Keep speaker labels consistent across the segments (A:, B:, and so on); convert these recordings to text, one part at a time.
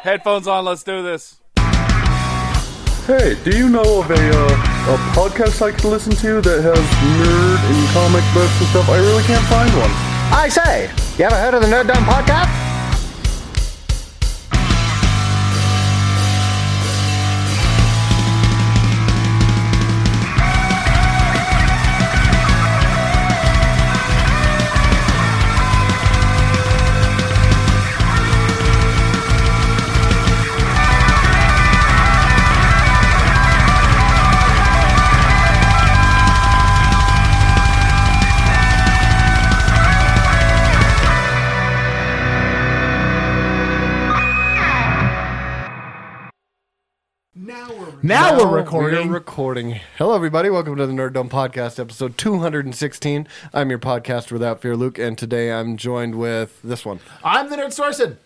A: Headphones on, let's do this.
B: Hey, do you know of a uh, a podcast I could listen to that has nerd and comic books and stuff? I really can't find one.
C: I say, you ever heard of the Nerd Dumb Podcast?
D: Now
E: Now
D: we're recording.
E: We're recording. Hello, everybody. Welcome to the Nerd Dome Podcast, episode 216. I'm your podcaster without fear, Luke, and today I'm joined with this one.
D: I'm the Nerd Storson.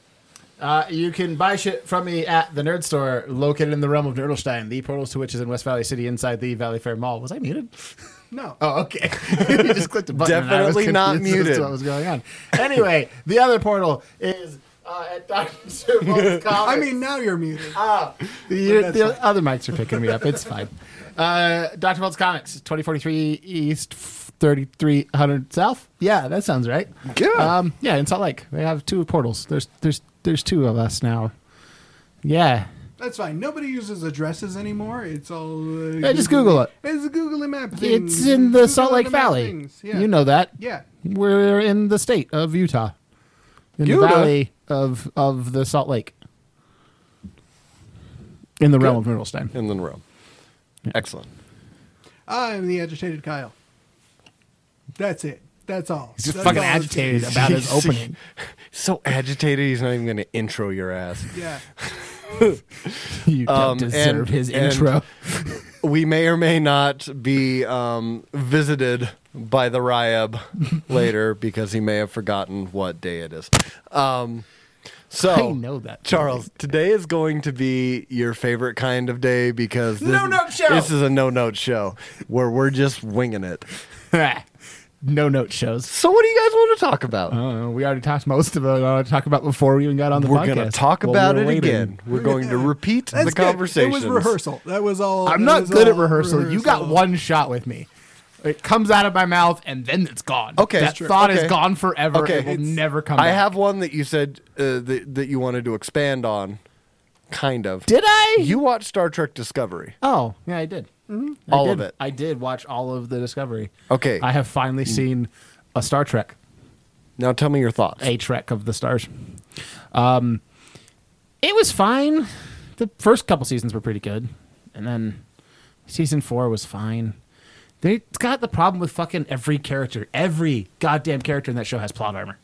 D: Uh, you can buy shit from me at the Nerd Store, located in the realm of Nerdlstein, the portals to which is in West Valley City, inside the Valley Fair Mall. Was I muted?
E: No.
D: Oh, okay. you just clicked a button. and I was
E: Definitely not
D: confused as to
E: muted.
D: What was going on? Anyway, the other portal is uh, at Dr. Servo's
E: I mean, now you're muted.
D: Ah. the, the other mics are picking me up. It's fine. Uh, Dr. Bolt's Comics, 2043 East, 3300 South. Yeah, that sounds right.
E: Yeah.
D: Um, yeah, in Salt Lake. They have two portals. There's there's there's two of us now. Yeah.
F: That's fine. Nobody uses addresses anymore. It's all. Uh,
D: Yeah, just Google it.
F: It's a Google map. thing.
D: It's in the
F: Google
D: Salt Lake
F: on map
D: Valley.
F: things. Yeah.
D: You know that.
F: Yeah.
D: We're in the state of Utah. In
E: Utah?
D: the valley of of the Salt Lake. In the realm of Middlestein.
E: And then Rome. Excellent.
F: I'm the agitated Kyle. That's it. That's all.
D: He's just
F: That's
D: fucking
F: all it's
D: agitated
F: gonna
D: about his opening.
E: So agitated, he's not even going to intro your ass.
F: be. Yeah.
D: You don't
E: Um,
D: deserve
E: and-
D: his
E: and-
D: intro.
E: We may or may not be um, visited by the Ryab later because he may have forgotten what day it is. Um, so
D: I know that.
E: Charles, today is going to be your favorite kind of day because this,
D: No-note show.
E: this is a no note show where we're just winging it.
D: no note shows.
E: So, what do you guys want to talk about?
D: I don't know. We already talked most of it. I want to talk about before we even got on Uh, the
E: we're
D: podcast.
E: going to talk
D: Well,
E: about
D: we're
E: it
D: waiting.
E: again. We're going to repeat
F: That's
E: the
F: good.
E: conversation.
F: It was rehearsal. That was all.
D: I'm
F: that
D: not
F: was
D: good at
F: all
D: rehearsal. You got
F: rehearsal.
D: one shot with me. It comes out of my mouth and then it's gone.
E: Okay,
D: that
E: sure.
D: thought
E: Okay.
D: is gone forever.
E: Okay.
D: it will
E: It's-
D: never come.
E: I
D: back.
E: have one that you said uh, that, that you wanted to expand on, kind of.
D: Did I?
E: you watch Star Trek Discovery?
D: Oh, yeah, I did. Mm-hmm.
E: All of it.
D: I did watch all of the Discovery.
E: Okay. Mm.
D: I have finally seen a Star Trek.
E: Now tell me your thoughts.
D: a trek of the stars. Um, it was fine. The first couple seasons were pretty good, and then season four was fine. They got the problem with fucking every character. Every goddamn character in that show has plot armor.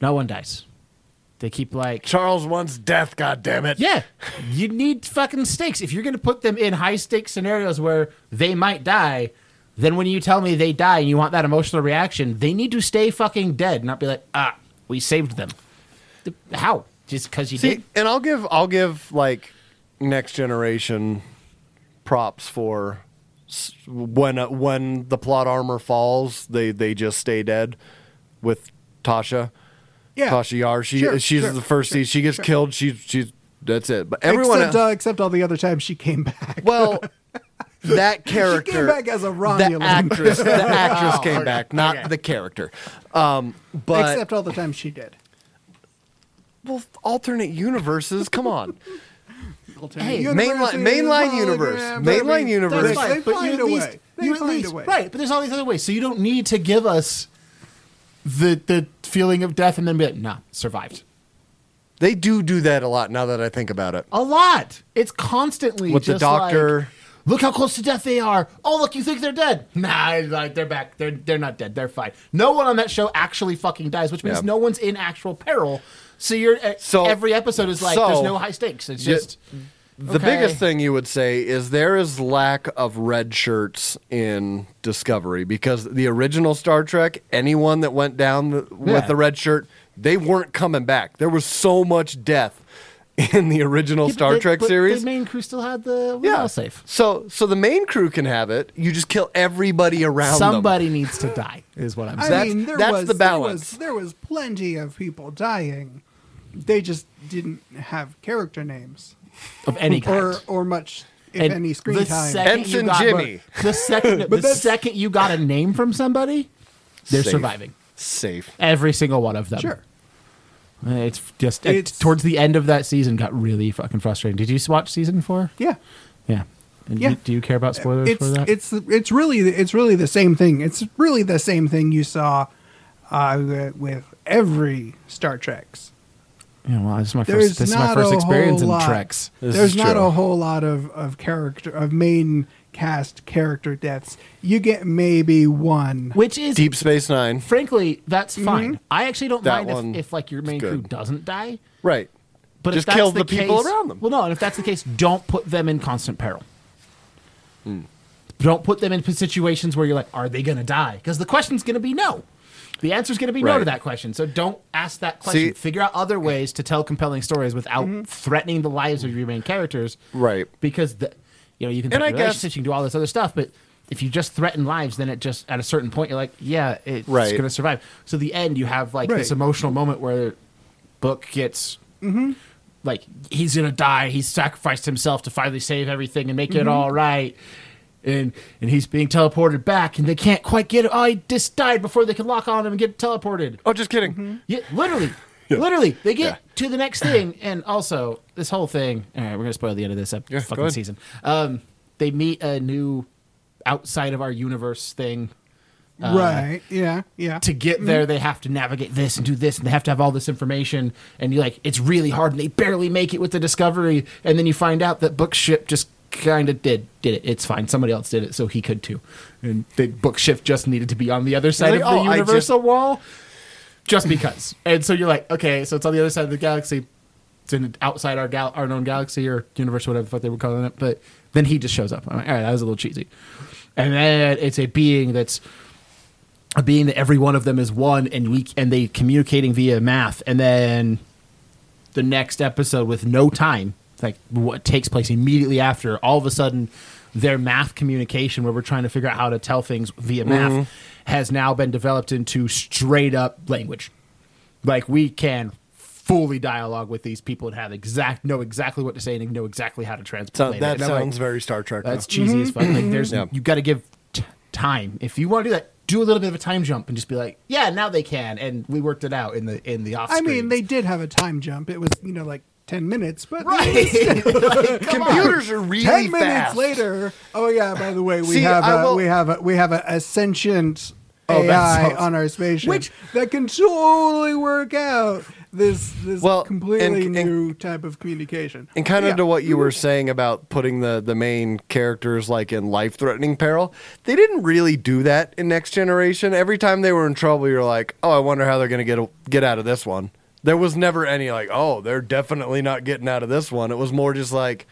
D: No one dies. They keep like
E: Charles wants death. God damn it!
D: yeah, you need fucking stakes. If you're going to put them in high stakes scenarios where they might die, then when you tell me they die and you want that emotional reaction, they need to stay fucking dead, not be like, ah, we saved them. Th- How? Just because you
E: See,
D: did?
E: and I'll give I'll give like next generation props for s- when uh, when the plot armor falls, they they just stay dead with Tasha.
F: Yeah.
E: Tasha Yar. She
F: Sure,
E: she's
F: sure,
E: the first.
F: sure,
E: she gets
F: sure.
E: killed. She she's that's it. But everyone e-,
F: except,
E: else-
F: uh, except all the other times she came back.
E: well. That character
F: She came back as a
E: the
F: Romulan.
E: actress, the
D: Oh,
E: actress came back, not the character. Um, but
F: except all the times she did.
E: well, alternate universes. Come on,
D: Hey,
E: mainline- mainline universe. Mainline universe.
F: They,
E: That's
F: they
E: fine,
F: find a way. They
D: you at
F: find
D: least-
F: a way.
D: right, but there's all these other ways. So you don't need to give us the the feeling of death and then be like, nah, survived.
E: they do do that a lot. Now that I think about it,
D: A lot. It's constantly
E: With the
D: Oh, just
E: doctor.
D: like, look how close to death they are. Oh, look, you think they're dead? Nah, like they're back. They're they're not dead. They're fine. No one on that show actually fucking dies, which means
E: Yeah.
D: no one's in actual peril. So you're
E: So-
D: so, every episode is like
E: so-
D: there's no high stakes. It's
E: Yeah.
D: just
E: the
D: Okay.
E: biggest thing you would say is there is lack of red shirts in Discovery because the original Star Trek, anyone that went down the,
D: Yeah.
E: with the red shirt, they weren't coming back. There was so much death in the original Star Trek series.
D: The main crew still had the
E: Yeah.
D: yeah. safe.
E: So so the main crew can have it. You just kill everybody around them.
D: Somebody needs to die, is what I'm
F: I
D: saying.
E: That's-
F: mean, there
E: that's
F: was,
E: the
F: there
E: balance.
F: was- There was, plenty of people dying They just didn't have character names
D: of any kind.
F: or or much, if
D: And
F: any, screen
D: the
F: time.
D: second you
E: Ensign
D: got-
E: Jimmy.
D: The second, the
F: that's-
D: second you got a name from somebody, they're
E: Safe.
D: surviving.
E: Safe.
D: Every single one of them.
F: sure.
D: Uh, It's just it-
F: It's-
D: towards the end of that season got really fucking frustrating. Did you watch season four?
F: Yeah.
D: Yeah. And
F: Yeah.
D: You, do you care about spoilers
F: it's
D: for that?
F: it's it's really it's really the same thing. It's really the same thing you saw uh, with every Star Trek's.
D: yeah, well, this is my
F: There's
D: first. This is
F: not
D: my first
F: a
D: experience
F: whole
D: in
F: lot.
D: Treks.
E: This
F: There's
E: is
F: not
E: true.
F: a whole lot of of character of main cast character deaths. You get maybe one.
D: which is
E: Deep Space Nine.
D: frankly that's
F: Mm-hmm.
D: fine. I actually don't
E: That
D: mind
E: one
D: if, if like your main
E: good.
D: crew doesn't die,
E: Right.
D: but
E: Just
D: if that's
E: kill
D: the,
E: the people
D: case-
E: around them.
D: Well, no, and if that's the case, don't put them in constant peril.
E: Hmm.
D: Don't put them in situations where you're like, are they going to die? Because the question's going to be no. The answer's going to be no to
E: Right.
D: that question. So don't ask that question.
E: See- Mm-hmm.
D: Figure out other ways to tell compelling stories without threatening the lives of your main characters.
E: Right.
D: Because the, you know you can
E: And
D: threaten
E: I guess-
D: relationships, you can do all this other stuff, but if you just threaten lives, then it just at a certain point you're like, yeah, it's
E: Right.
D: going to survive. So the end, you have like this
F: Right.
D: emotional moment where Book gets like he's gonna die. He's sacrificed himself to finally save everything and make it all right. And and he's being teleported back, and they can't quite get. Oh, he just died before they can lock on him and get teleported.
E: Oh, just kidding.
D: Yeah, literally, literally, they get to the next thing, and also this whole thing. All right, we're gonna spoil the end of this ep-
E: Yeah, go
D: fucking
E: ahead.
D: season. Um, they meet a new outside of our universe thing.
E: Uh,
F: right. Yeah. Yeah.
D: To
E: Mm-hmm.
D: get there, they have to navigate this and do this, and they have to have all this information. And you like, it's really hard, and they barely make it with the discovery. And then you find out that Bookship just kind of did did it. It's fine. Somebody else did it, so he could too. And they, Bookship just needed to be on the other side
E: Like,
D: of the
E: oh, I just-
D: universal wall just because. And so you're like, okay, so it's on the other side of the galaxy. It's in outside our gal- our known galaxy or universe, whatever the fuck they were calling it. But then he just shows up. I'm like, all right, that was a little cheesy. And then it's a being that's a being that every one of them is one, and we and they communicating via math. And then the next episode with no time, like what takes place immediately after, all of a sudden their math communication, where we're trying to figure out how to tell things via math,
E: Mm-hmm.
D: has now been developed into straight up language. Like we can fully dialogue with these people and have exact know exactly what to say and know exactly how to
E: So
D: translate. it.
E: that
D: And I'm like,
E: sounds very Star Trek.
D: that's
E: though.
D: cheesy as fuck. Like there's
E: Yeah.
D: you got to give t- time if you want to do that. Do a little bit of a time jump and just be like, yeah, now they can, and we worked it out in the in the off.
F: I mean, they did have a time jump. It was you know like ten minutes, but
D: right. Like, come on.
E: Computers are really
F: ten minutes
E: fast.
F: later. Oh yeah. By the way, we
E: See,
F: have
E: I
F: a,
E: will-
F: we have a, we have a, a sentient
E: Oh, that
F: AI
E: sounds-
F: on our spaceship
D: Which-
F: that can totally work out this this
E: Well,
F: completely
E: and- and-
F: new type of communication.
E: And kind of
F: Yeah.
E: to what you were saying about putting the, the main characters like in life threatening peril, they didn't really do that in Next Generation. Every time they were in trouble, you're like, oh, I wonder how they're gonna get a, get out of this one. There was never any like, oh, they're definitely not getting out of this one. It was more just like,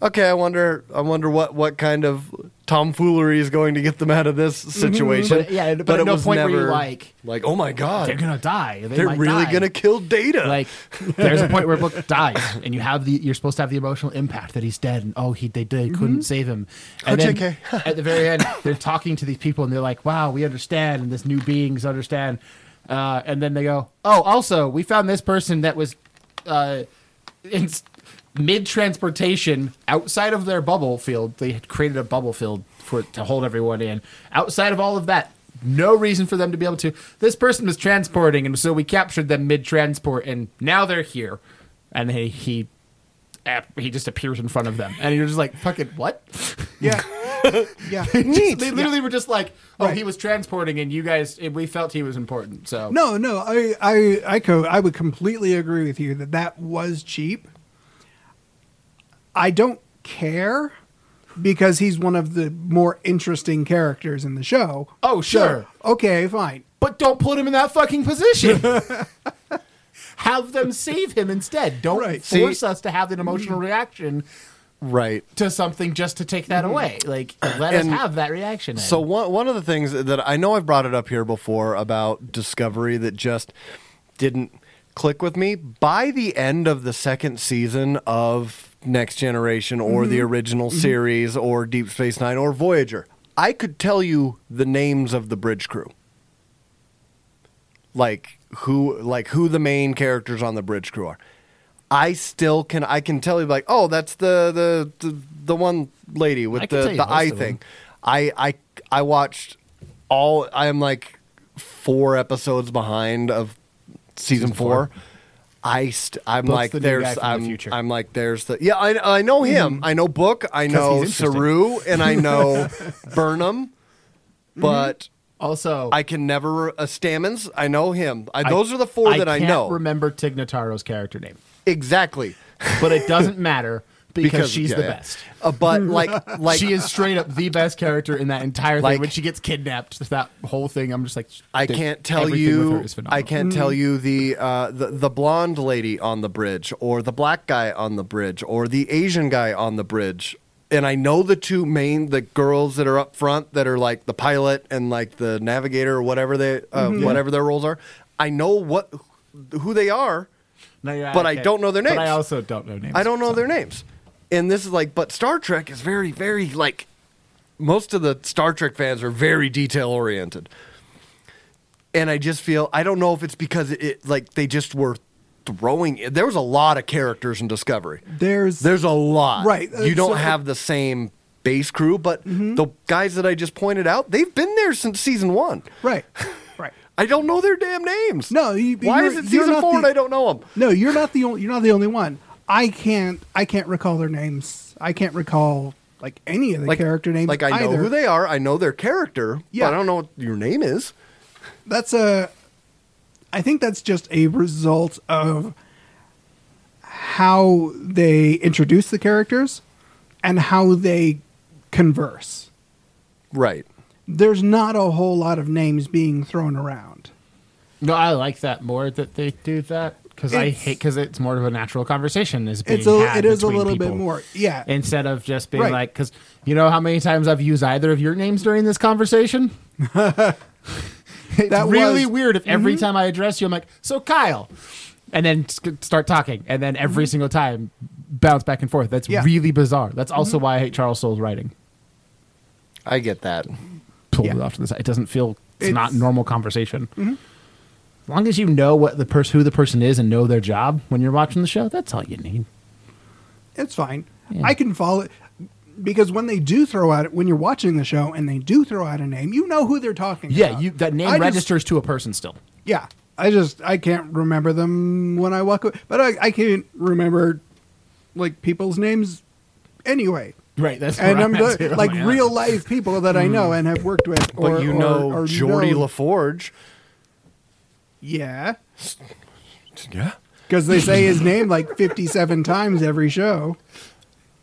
E: okay, I wonder, I wonder what what kind of tomfoolery is going to get them out of this situation.
D: Mm-hmm. But, yeah, but at no point were you like-
E: like, oh my god,
D: They're gonna die. They
E: they're
D: might
E: really
D: die.
E: gonna kill Data.
D: Like, there's a point where Book dies, and you have the you're supposed to have the emotional impact that he's dead, and oh, he they, they
E: Mm-hmm.
D: couldn't save him. And then
E: JK.
D: at the very end, they're talking to these people, and they're like, "Wow, we understand," and this new beings understand. Uh, and then they go, "Oh, also, we found this person that was uh, in mid transportation outside of their bubble field. They had created a bubble field for to hold everyone in. Outside of all of that." No reason for them to be able to. This person was transporting, and so we captured them mid-transport, and now they're here. And he he, ap- he just appears in front of them, and you're just like, "Fucking what?"
F: yeah, yeah.
D: They literally were just like, "Oh,
F: Right.
D: he was transporting, and you guys, and we felt he was important." So
F: No, no, I, I, I, co- I would completely agree with you that that was cheap. I don't care because he's one of the more interesting characters in the show.
D: Oh, sure.
F: Okay, fine.
D: but don't put him in that fucking position. have them save him instead. Don't
F: Right.
D: force us to have an emotional reaction
E: right.
D: to something just to take that away. Like, let
E: Mm-hmm. And-
D: us have that reaction.
E: So one one of the things that I know I've brought it up here before about Discovery that just didn't click with me by the end of the second season of Next Generation or the original series or Deep Space 9 or Voyager. I could tell you the names of the bridge crew. like who like who the main characters on the bridge crew are. I still can I can tell you like oh that's the the the, the one lady
D: I
E: with
D: can
E: the
D: tell you
E: the
D: most
E: eye
D: of them.
E: thing. I I I watched all I'm like four episodes behind of season, four. I st- I'm
D: Book's
E: like
D: the new guy from
E: there's
D: the
E: I'm
D: future. Hmm.
E: I'm like there's the yeah I I know him I know Book I know
D: he's interesting.
E: Saru and I know Burnham, but.
D: Mm-hmm. Also,
E: I can never uh, Stamens. I know him. I, those are the four that I
D: can't
E: know
D: Remember Tignataro's character name,
E: exactly
D: but it doesn't matter because, she's
E: yeah,
D: the
E: yeah.
D: best.
E: Uh, but like like
D: she is straight up the best character in that entire thing.
E: Like-
D: when she gets kidnapped, that whole thing, I'm just like,
E: I
D: dude,
E: can't tell
D: everything with her
E: you.
D: is phenomenal.
E: I can't tell you the, uh, the the blonde lady on the bridge, or the black guy on the bridge, or the Asian guy on the bridge. And I know the two main the girls that are up front that are like the pilot and like the navigator or whatever they uh,
D: Mm-hmm.
E: whatever their roles are. I know what who they are.
D: No, yeah,
E: but I
D: okay.
E: don't know their
D: But I
E: names.
D: also don't know names.
E: I don't know
D: so-
E: their names. And this is like, but Star Trek is very, very like. Most of the Star Trek fans are very detail oriented, and I just feel I don't know if it's because it, like they just were throwing. There was a lot of characters in Discovery.
F: There's
E: There's a lot,
F: Right, Mm-hmm. uh,
E: You don't
F: so-
E: have the same base crew, but the guys that I just pointed out, they've been there since season one.
F: right, right.
E: I don't know their damn names.
F: No, you-
E: why
F: you're-
E: is it
F: you're
E: season
F: not
E: four
F: the-
E: and I don't know them?
F: No, you're not the only. You're not the only one. I can't. I can't recall their names. I can't recall like any of the character names.
E: Like I know
F: either.
E: who they are, I know their character,
F: Yeah.
E: but I don't know what your name is.
F: That's a. I think that's just a result of how they introduce the characters and how they converse.
E: Right.
F: There's not a whole lot of names being thrown around.
D: No, I like that more that they do that because I
F: It's-
D: hate because it's more of a natural conversation is being
F: It's a,
D: had
F: it is a
D: between
F: little bit
D: people.
F: more. Yeah.
D: instead of just being
F: Right.
D: like because you know how many times I've used either of your names during this conversation. it's
F: That
D: really
F: was-
D: weird. If every time I address you, I'm like, "So Kyle," and then s- start talking, and then every single time bounce back and forth. That's
F: Yeah.
D: really bizarre. That's also why I hate Charles Soule's writing.
E: I get that.
D: Pulled
F: Yeah.
D: it off to the side. It doesn't feel. It's, Mm-hmm. not
F: It's-
D: normal conversation. As long as you know what the person who the person is and know their job when you're watching the show, that's all you need.
F: It's fine.
D: Yeah.
F: I can follow it because when they do throw out when you're watching the show and they do throw out a name, you know who they're talking
D: Yeah,
F: about.
D: you that name
F: I just-
D: registers to a person still.
F: yeah. I just I can't remember them when I walk away, but I I can't remember like people's names anyway.
D: Right. That's
F: And
D: where
F: I'm
D: at,
F: the-
D: too.
F: like
D: Oh my God.
F: real life people that I know and have worked with.
E: Hmm. But
F: or-
E: you
F: or-
E: know
F: or
E: Jordy
F: know-
E: LaForge.
F: yeah,
E: Yeah.
F: because they say his name like 57 times every show.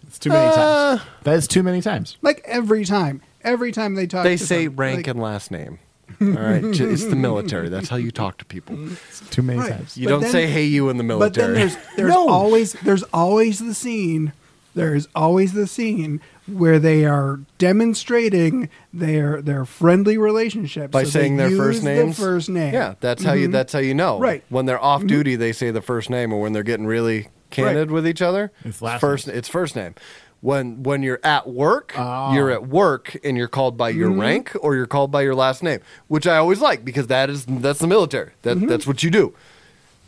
D: It's too many
F: Ah.
E: Uh,
D: times. That is too many times.
F: Like every time, every time they talk.
E: They
F: to
E: say
F: some-
E: rank
F: like-
E: and last name. All right. j- It's the military. That's how you talk to people.
D: It's too many
F: Right.
D: times.
E: You
F: But
E: don't
F: then-
E: say hey you in the
F: But
E: military.
F: then there's there's
D: No.
F: always there's always the scene. There is always the scene where they are demonstrating their their friendly relationship
E: by
F: So they
E: saying their
F: use
E: first
F: the
E: names.
F: first name. Mm-hmm.
E: Yeah, that's how you that's how you know.
F: Right. Mm-hmm.
E: When they're off duty they say the first name or when they're getting really candid with each other.
D: It's last
E: first it's first name. When when you're at work,
F: Ah.
E: you're at work and you're called by
F: Mm-hmm.
E: your rank or you're called by your last name, which I always like because that is that's the military. That
F: Mm-hmm.
E: that's what you do.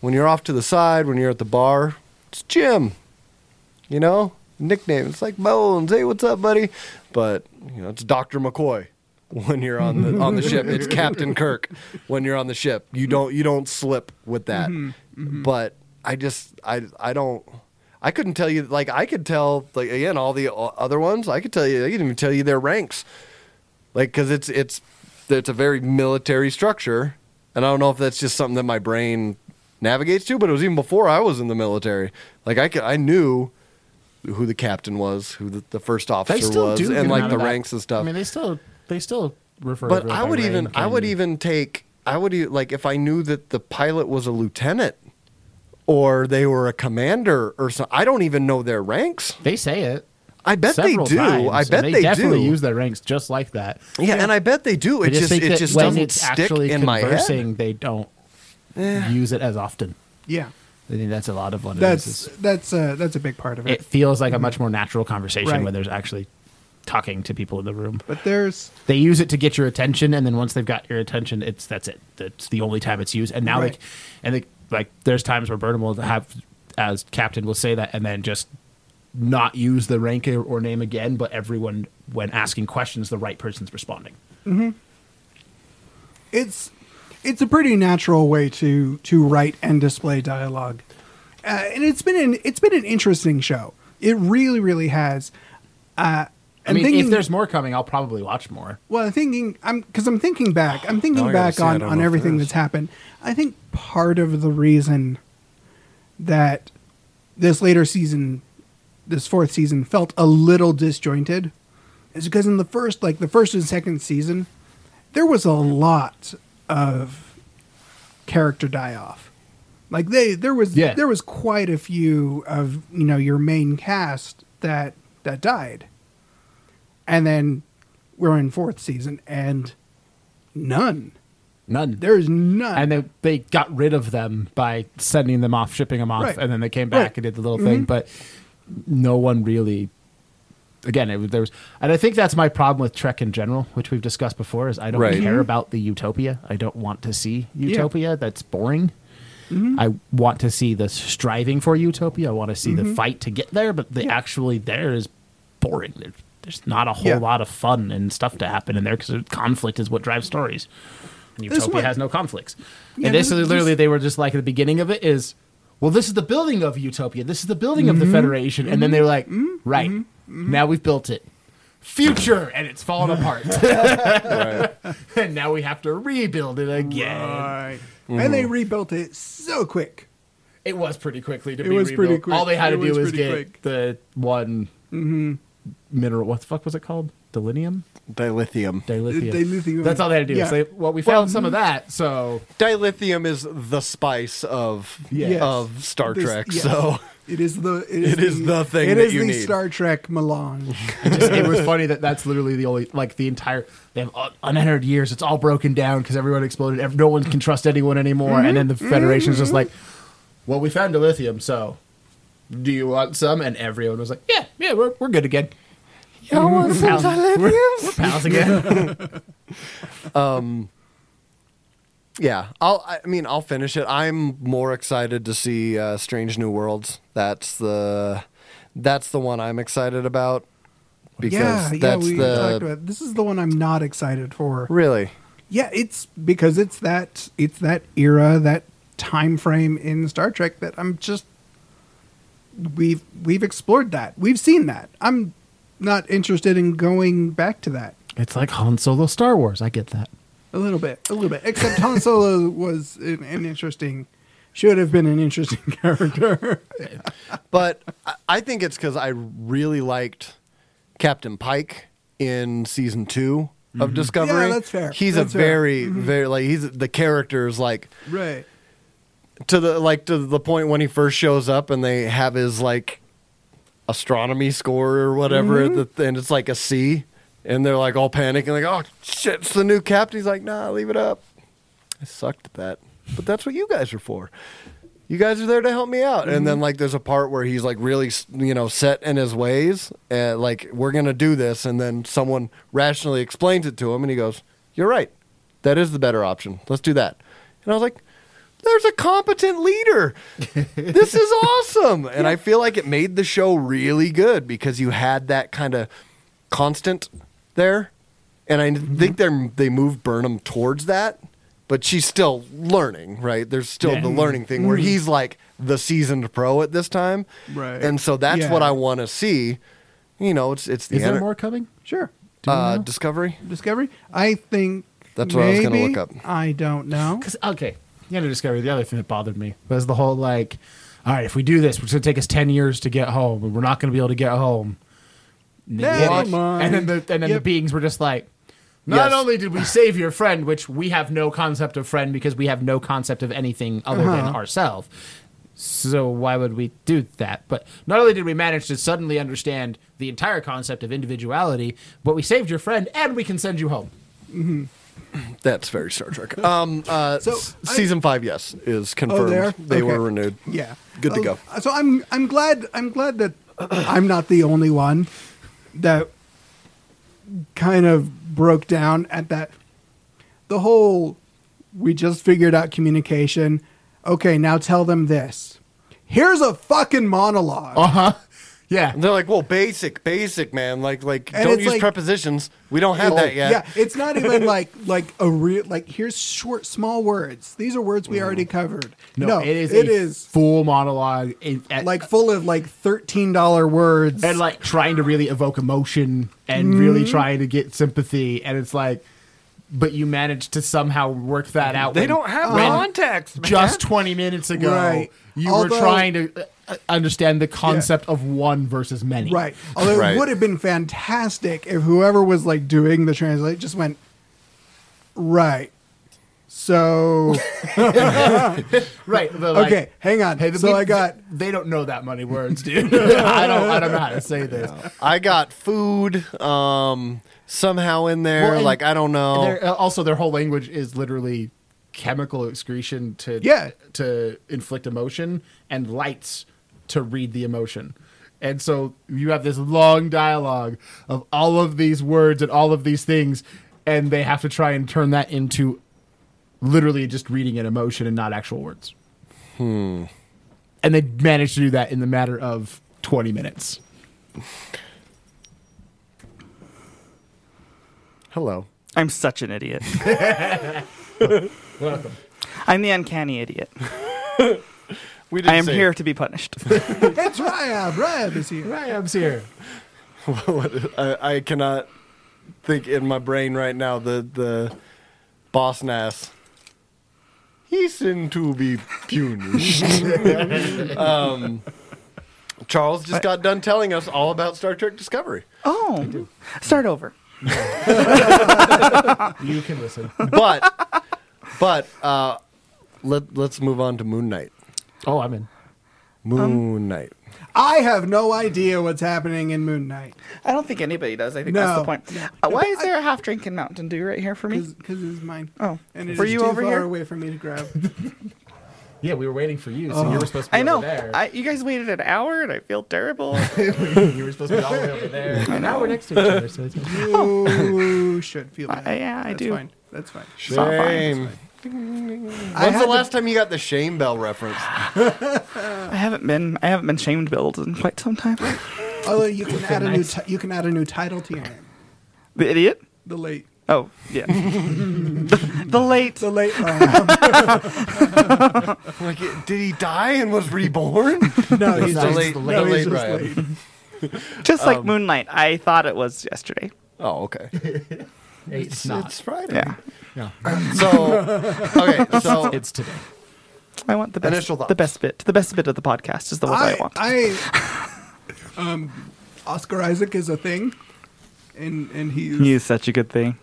E: When you're off to the side, when you're at the bar, it's Jim. You know? Nickname. It's like Bones. Hey, what's up, buddy? But you know, it's Dr. McCoy when you're on the on the ship. It's Captain Kirk when you're on the ship. You don't you don't slip with that. But I just I I don't I couldn't tell you like I could tell like again all the o- other ones I could tell you I could even tell you their ranks like because it's it's it's a very military structure, and I don't know if that's just something that my brain navigates to, but it was even before I was in the military. Like I c- I knew who the captain was, who the, the first officer was,
D: get
E: and
D: out
E: like
D: of
E: the
D: that.
E: ranks and stuff.
D: I mean, they still they still refer.
E: but
D: to it
E: I
D: by
E: would even
D: rank
E: I would
D: and-
E: even take I would e- like if I knew that the pilot was a lieutenant or they were a commander or something. I don't even know their ranks.
D: They say it.
E: I bet they
D: several
E: do.
D: times,
E: I
D: and
E: bet
D: they,
E: they, do.
D: definitely use their ranks just like that.
E: yeah, and I bet they do.
D: I
E: It just,
D: think
E: it
D: that
E: just
D: when
E: doesn't
D: it's
E: stick
D: actually
E: in my head. Eh.
D: conversing, they don't use it as often.
F: yeah.
D: I think that's a lot of what it is.
F: That's
D: is
F: that's uh, that's a big part of it.
D: It feels like a much more natural conversation
F: Right.
D: when there's actually talking to people in the room.
F: But there's
D: They use it to get your attention, and then once they've got your attention, it's that's it. That's the only time it's used. And now,
F: Right.
D: like, and they, like, there's times where Burnham will have, as captain, will say that, and then just not use the rank or- or name again. But everyone, when asking questions, the right person's responding.
F: it's it's a pretty natural way to to write and display dialogue, uh, and it's been an it's been an interesting show. It really, really has. Uh,
D: I mean, if there's more coming, I'll probably watch more.
F: Well, I'm thinking I'm because I'm thinking back. I'm
E: Now
F: thinking
E: I gotta
F: back
E: see, I
F: on
E: don't
F: on
E: know if
F: everything
E: there is.
F: that's happened. I think part of the reason that this later season, this fourth season, felt a little disjointed is because in the first, like the first and second season, there was a lot of character die off. Like they there was
D: Yeah.
F: there was quite a few of you know your main cast that that died and then we're in fourth season and none
D: None.
F: there's none
D: and they they got rid of them by sending them off, shipping them off,
F: Right.
D: and then they came back
F: Right. Mm-hmm.
D: and did the little thing. But no one really. Again, it, was- there was, and I think that's my problem with Trek in general, which we've discussed before. Is I don't
E: Right.
F: Mm-hmm.
D: care about the utopia. I don't want to see utopia. That's boring.
F: Mm-hmm.
D: I want to see the striving for utopia. I want to see
F: Mm-hmm.
D: the fight to get there, but the actually there is boring. There, there's not a whole
F: Yeah.
D: lot of fun and stuff to happen in there because conflict is what drives stories. And
F: This
D: utopia
F: one-
D: has no conflicts.
F: Yeah,
D: and this
F: this-
D: is literally
F: this-
D: they were just like at the beginning of it is, well, this is the building of utopia. This is the building
F: Mm-hmm.
D: of the federation, and then they were like, right now we've built it. Future and it's fallen apart, and now we have to rebuild it again.
F: Right.
E: Mm-hmm.
F: and they rebuilt it so quick
D: It was pretty quickly to
F: It
D: be
F: was
D: rebuilt.
F: pretty quick.
D: All they had
F: It
D: to do
F: was
D: was
F: pretty
D: get
F: quick. Mm-hmm.
D: the one mineral. What the fuck was it called? Dilithium?
E: Dilithium.
D: Dilithium.
F: Dilithium.
D: That's all they had to do.
F: Yeah.
D: So they, well, we found some of that, so
E: Dilithium is the spice of
F: Yes.
E: of Star
F: This-
E: Trek.
F: yes.
E: So
F: it is the it is,
E: It is the thing
F: it
E: that
F: is
E: you
F: the
E: need.
F: star trek melange
D: just- it was funny that that's literally the only like the entire they have uh, unentered years. It's all broken down because everyone exploded. Ev- No one can trust anyone anymore. And then the Federation's just like, well, we found dilithium, so do you want some? And everyone was like, yeah, yeah, we're we're good again. Pals- we're, we're pals again.
E: yeah, I'll. I mean, I'll finish it. I'm more excited to see uh, Strange New Worlds. That's the that's the one I'm excited about
F: yeah
E: because
F: yeah
E: that's
F: we talked
E: the
F: about it. this is the one i'm not excited for
E: really
F: yeah it's because it's that it's that era that time frame in star trek that i'm just we've we've explored that we've seen that i'm not interested in going back to that
D: it's like Han Solo Star Wars. I get that.
F: A little bit, a little bit. Except Han Solo was an, an interesting, should have been an interesting character.
E: but I- I think it's because I really liked Captain Pike in season two of Discovery.
F: Mm-hmm. Yeah, that's fair.
E: He's
F: That's
E: a
F: fair. Mm-hmm.
E: very, very like he's the character is like
F: right.
E: to the like to the point when he first shows up and they have his like astronomy score or whatever,
F: Mm-hmm.
E: that- and it's like a C, and they're like all panicking, like oh shit, it's the new captain. He's like, nah, leave it up. I sucked at that, but that's what you guys are for. You guys are there to help me out. And then like there's a part where he's like really you know set in his ways, and like we're gonna do this, and then someone rationally explains it to him, and he goes, "You're right, that is the better option. Let's do that." And I was like. There's a competent leader. this is awesome. And I feel like it made the show really good because you had that kind of constant there. And I
F: Mm-hmm.
E: think they're, they moved Burnham towards that, but she's still learning, right? There's still
D: Yeah.
E: the learning thing where he's like the seasoned pro at this time.
F: Mm-hmm. Right.
E: And so that's
F: Yeah.
E: what I want to see. You know, it's it's the
D: Is there
E: enter-
D: more coming?
F: Sure.
E: uh, discovery.
F: Discovery. I think
E: That's what I was gonna
F: maybe.
E: look up.
F: I don't know.
D: Because okay, you had to discover the other thing that bothered me was the whole like, all right, if we do this, it's gonna take us ten years to get home, and we're not gonna be able to get home. And then
F: Never
D: the idiot-
F: mind.
D: And then the and then the
F: Yep.
D: beings were just like. Not
E: Yes.
D: only did we save your friend, which we have no concept of friend because we have no concept of anything other than ourselves. So why would we do that? But not only did we manage to suddenly understand the entire concept of individuality, but we saved your friend and we can send you home.
E: That's very Star Trek. Um, uh,
F: So,
E: s-
F: I-
E: season five, yes, is confirmed.
F: Oh, there.
E: They were
F: Okay.
E: renewed.
F: Yeah.
E: Good to
F: Uh,
E: go.
F: So I'm I'm glad I'm glad that I'm not the only one that kind of broke down at that the whole we just figured out communication. Okay, now tell them this. Here's a fucking monologue.
D: Yeah.
E: And they're like, well, basic, basic, man. Like, like
F: And
E: don't
F: it's
E: use
F: like- Oh,
E: prepositions. We don't have that yet.
F: Yeah, it's not even like like a real like here's short small words. These are words
E: Mm.
F: we already covered. No,
D: it is.
F: it
D: a
F: is
D: full monologue. in- at-
F: like full of like thirteen dollar words.
D: and like trying to really evoke emotion and
F: Mm-hmm.
D: really trying to get sympathy and it's like but you managed to somehow work that out
E: They
D: when-
E: don't have
D: when
E: context, man.
D: just 20 minutes ago
F: Right.
D: you
F: Although-
D: were trying to uh, understand the concept of one versus many
F: right. Although
E: Right.
F: it would have been fantastic if whoever was like doing the translate just went right. So
D: right the, like,
F: okay, hang on.
D: hey the
F: so
D: peop-
F: I got
D: they don't know that many words dude i don't i don't know how to say this
E: I got food um, somehow in there.
D: Well, and
E: like, I don't know.
A: Oh.
D: Their- uh, also their whole language is literally chemical excretion to
F: Yeah.
D: to inflict emotion and lights to read the emotion and so you have this long dialogue of all of these words and all of these things and they have to try and turn that into literally just reading an emotion and not actual words hmm and they managed to do that in the matter of 20 minutes
E: Hello.
A: I'm such an idiot. I'm the uncanny idiot.
E: We didn't
A: I am
E: say-
A: here to be punished.
F: it's Ryab. Ryab is here.
D: Rhymes here
E: What- I, I cannot think in my brain right now the the boss nass. He's in to be punished. um, Charles just got done telling us all about Star Trek Discovery.
A: Oh, start over.
D: you can listen
E: But but uh, let let's move on to Moon Knight.
D: oh i'm in
E: Moon Knight.
F: I have no idea what's happening in Moon Knight.
A: I don't think anybody does. I think that's
F: No.
A: the point. Uh, why is there a half drink in Mountain Dew right here for me?
F: Because it's mine.
A: Oh.
F: and it's
A: Were you
F: too
A: over
F: far
A: here?
F: away for me to grab.
D: Yeah, we were waiting for you, so you were supposed to be
A: I know.
D: over there.
A: I, you guys waited an hour, and I feel terrible.
D: you were supposed to be all the way over there. And now we're next to each other, so it's
F: You should feel bad.
A: I- yeah, I
F: That's
A: do.
F: Fine. That's fine.
A: not fine.
E: Shame.
F: I
E: When's
F: had
E: the last time you got the shame bell reference?
A: I haven't been. I haven't been shamed build in quite some time.
F: To, although Oh, you can add a new, ti- you can add a new title to your name.
A: the idiot.
F: The late,
A: Oh yeah. the, the late.
F: the late. um, Ron.
E: Like, did he die and was reborn?
F: no,
E: He's
F: he's
E: the
F: just
E: late, the
F: no, he's
E: late
F: just
E: Ryan.
F: late.
A: Just like Moonlight, I thought it was yesterday.
E: Oh, okay.
D: it's not.
E: It's Friday.
A: Yeah.
E: So, okay. So,
D: It's today.
A: I want the best.
E: Initial thoughts.
A: the best bit. The best bit of the podcast is the one I,
F: I,
A: want.
F: I, um, Oscar Isaac is a thing, and and he's
A: He's such a good thing.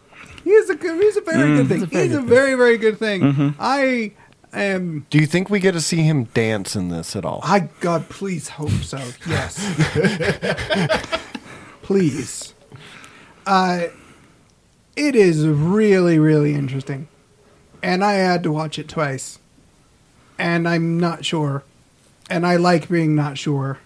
F: he's a good- he's a very good
A: Mm.
F: thing. He's a very very good thing.
A: Mm-hmm.
F: I am.
E: do you think we get to see him dance in this at all?
F: I God, please hope so. Yes, please. Uh, it is really really interesting, and I had to watch it twice, and I'm not sure, and I like being not sure.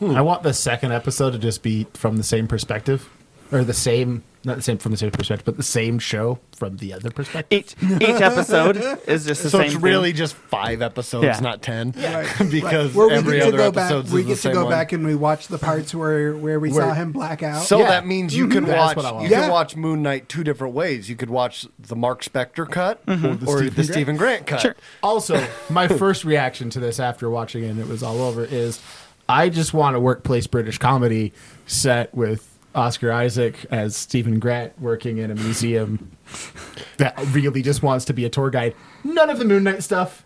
D: I want the second episode to just be from the same perspective, or the same, not the same from the same perspective, but the same show from the other perspective.
A: Each each episode is just the
E: so
A: same.
E: it's
A: thing.
E: really just five episodes,
A: Yeah.
E: not ten,
F: Right,
E: because
F: right. Where we
E: every
F: get to
E: other
F: go back,
E: episode's
F: we
E: is
F: get
E: the same
F: to go
E: one.
F: back and we watch the parts where where we
D: Where-
F: saw him black out.
E: so
D: Yeah.
E: that means
F: Mm-hmm.
E: you can
D: That's
E: watch
D: what I want.
E: you
F: Yeah.
E: can watch Moon Knight two different ways. You could watch the Mark Spector cut
F: Mm-hmm.
E: or the,
D: Stephen Grant.
E: Stephen Grant cut.
A: Sure.
D: Also, my first reaction to this after watching it and it was all over is I just want a workplace British comedy set with Oscar Isaac as Stephen Grant working in a museum that really just wants to be a tour guide. None of the Moon Knight stuff.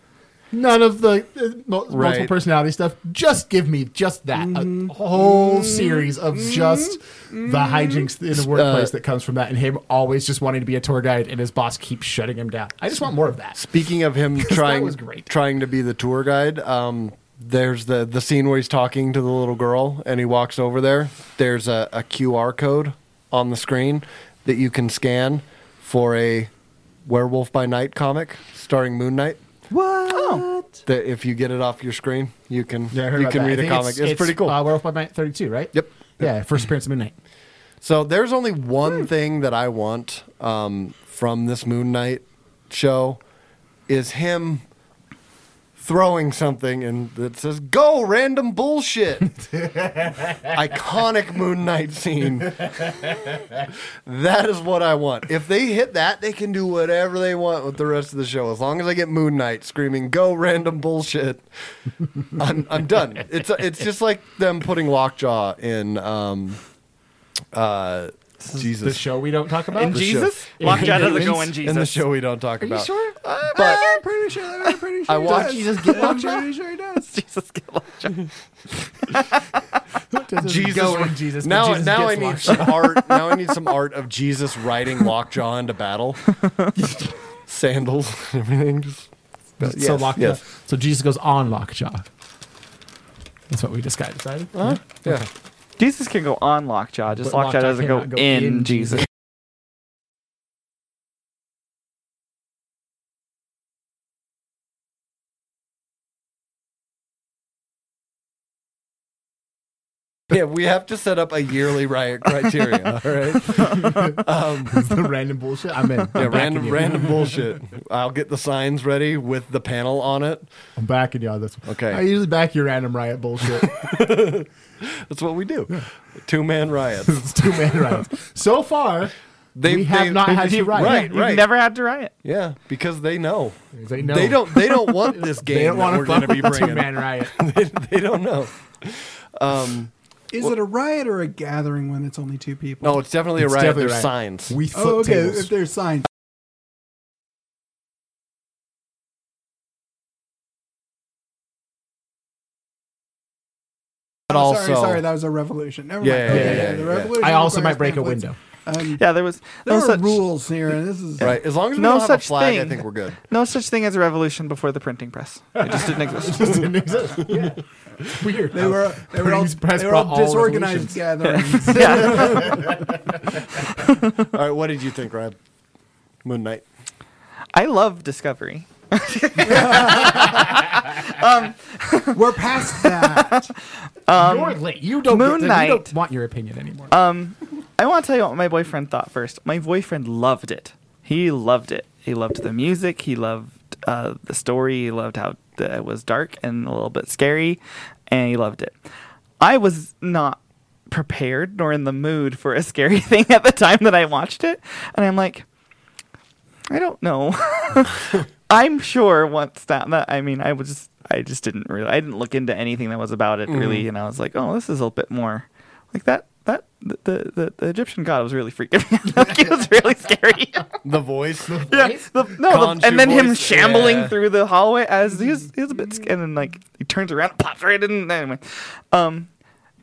D: None of the uh, mul- multiple
E: Right.
D: personality stuff. Just give me just that. A whole series of just the hijinks in the workplace that comes from that, and him always just wanting to be a tour guide, and his boss keeps shutting him down. I just want more of that.
E: Speaking of him trying
D: was great.
E: trying to be the tour guide, um, there's the the scene where he's talking to the little girl and he walks over there. There's a, a QR code on the screen that you can scan for a Werewolf by Night comic starring Moon Knight.
F: what?
D: Oh.
E: That if you get it off your screen, you can
D: Yeah, I heard
E: you
D: about
E: can
D: that. I
E: read a
D: think
E: comic. It's, pretty cool.
D: Uh, Werewolf by Night 32, right?
E: Yep.
D: Yeah, first appearance of Midnight.
E: So there's only
D: Hmm.
E: one thing that I want um, from this Moon Knight show is him throwing something and that says "Go random bullshit." Iconic Moon Knight scene. that is what I want. If they hit that, they can do whatever they want with the rest of the show as long as I get Moon Knight screaming "Go random bullshit." I'm, I'm done. It's it's just like them putting Lockjaw in. Um, uh,
D: The
E: Jesus.
D: show we don't talk about.
A: In
D: The
E: show.
A: Jesus? Lockjaw doesn't go in Jesus.
E: In the show we don't talk
D: show. Are
E: about.
D: you sure?
E: But
F: I'm pretty sure. I'm pretty sure.
E: I
F: he
E: watched-
F: does.
E: Jesus
F: I'm pretty sure he does.
A: Jesus, get Lockjaw.
E: Jesus,
D: go in Jesus, but
E: Now,
D: Jesus
E: now I
D: gets
E: need
D: locked.
E: some art. Now I need some art of Jesus riding Lockjaw into battle, sandals, and everything. Just, but
D: so
E: yes,
D: Lockjaw.
E: yes.
D: So Jesus goes on Lockjaw. That's what we just got decided.
E: Yeah.
A: Jesus can go on Lockjaw, just
D: But
A: Lockjaw,
D: Lockjaw
A: doesn't go,
D: cannot go
A: in,
D: in
A: Jesus.
E: Yeah, we have to set up a yearly riot criteria. All right. Um,
D: the random bullshit. I'm in.
E: yeah,
D: I'm backing
E: random,
D: you.
E: random bullshit. I'll get the signs ready with the panel on it.
D: I'm backing you on this one.
E: Okay.
D: I usually back your random riot bullshit.
E: That's what we do. Two man riots.
D: it's two man riots. So far,
E: They
D: we have
E: they-
D: not had you riot.
E: Right,
A: You've
E: right.
A: never had to riot.
E: Yeah, because they know.
D: They, know.
E: They don't. They don't want this game.
D: They don't
E: that
D: want
E: we're
D: to fuck
E: gonna be
D: with two
E: bringing.
D: man riot.
E: they, they don't know. Um,
F: Is it a riot or a gathering when it's only two people?
E: no, it's definitely
D: It's
E: a riot.
D: definitely
E: There's
D: right.
E: signs.
D: We foot
F: Oh, okay.
D: tables.
F: If there's signs.
E: but
F: Oh,
E: also,
F: sorry, sorry, that was a revolution. Never
E: Yeah,
F: mind.
E: yeah,
F: Okay,
E: yeah, yeah,
F: the
E: yeah.
F: revolution
D: I also might
F: requires
D: break a
F: pamphlets.
D: window.
F: Um,
A: Yeah, there was
F: there
A: no
F: are
A: such
F: rules here, and this is
E: right? As long as we
A: No
E: don't have a
A: such
E: flag, I
A: thing.
E: think we're good.
A: no such thing as a revolution before the printing press. It just didn't exist.
D: didn't exist. Yeah. It's weird.
F: They were they were all,
D: Printing press
F: they were
D: brought
F: all
D: all
F: disorganized
D: revolutions.
F: gatherings.
A: yeah.
E: All right, what did you think, Rob? Moon Knight.
A: I love Discovery.
F: we're past that.
D: You're late. You don't.
A: Moon
D: get to- You
A: Knight.
D: don't want your opinion anymore.
A: I want to tell you what my boyfriend thought first. My boyfriend loved it. He loved it. He loved the music. He loved uh, the story. He loved how th- it was dark and a little bit scary, and he loved it. I was not prepared nor in the mood for a scary thing at the time that I watched it, and I'm like, I don't know. I'm sure once that, that I mean, I was just I just didn't really I didn't look into anything that was about it
E: Mm.
A: really, and I was like, oh, this is a bit more like that. That the the, the, the Egyptian god was really freaking me out. Like, it was really scary.
E: The voice.
A: yeah, the, no, the,
E: Conjure
A: and then him
E: voice,
A: shambling
E: yeah. Mm-hmm.
A: through the hallway as he was, he was a bit, sc- and then like he turns around, pops right in. Anyway, um,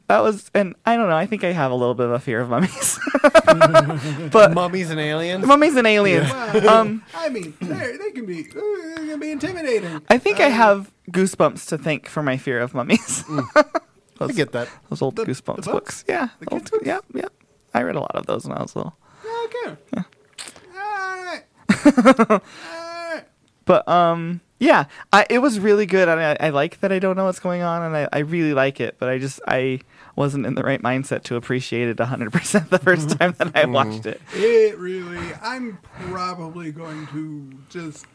A: that was, and I don't know. I think I have a little bit of a fear of mummies, but
E: Mummies and aliens.
A: mummies and aliens. Um.
F: I mean, they they can be they can be intimidating.
A: I think
E: Um,
A: I have goosebumps to thank for my fear of mummies.
E: mm-hmm. I get that.
A: those old goosebumps
F: books?
A: books? Yeah.
F: The
A: old-
F: kids' books?
A: Yeah, yeah. I read a lot of those when I was little.
F: Okay. All right. All right.
A: But um yeah, I, it was really good and I, I like that I don't know what's going on and I, I really like it, but I just I wasn't in the right mindset to appreciate it 100% the first time that I watched it.
F: It really. I'm probably going to just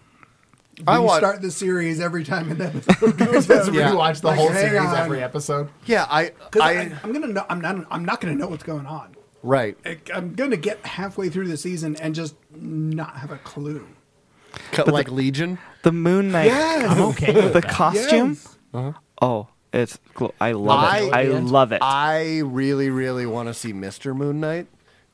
E: I
F: I
E: wa-
F: start the series every time an episode goes
D: Just
F: up.
E: Yeah.
D: rewatch the
F: Like,
D: whole
F: hang
D: series
F: on.
D: every episode.
E: Yeah, I.
F: 'Cause
E: I,
F: I, I'm gonna know. I'm not. I'm not gonna know what's going on.
E: right.
F: I- I'm gonna get halfway through the season and just not have a clue.
E: Cut like Legion.
A: The Moon Knight
D: I'm okay. With
A: the
D: that.
A: costume.
F: Yes.
A: Oh, it's gl- I love it. I love it.
E: I really, really want to see Mr. Moon Knight,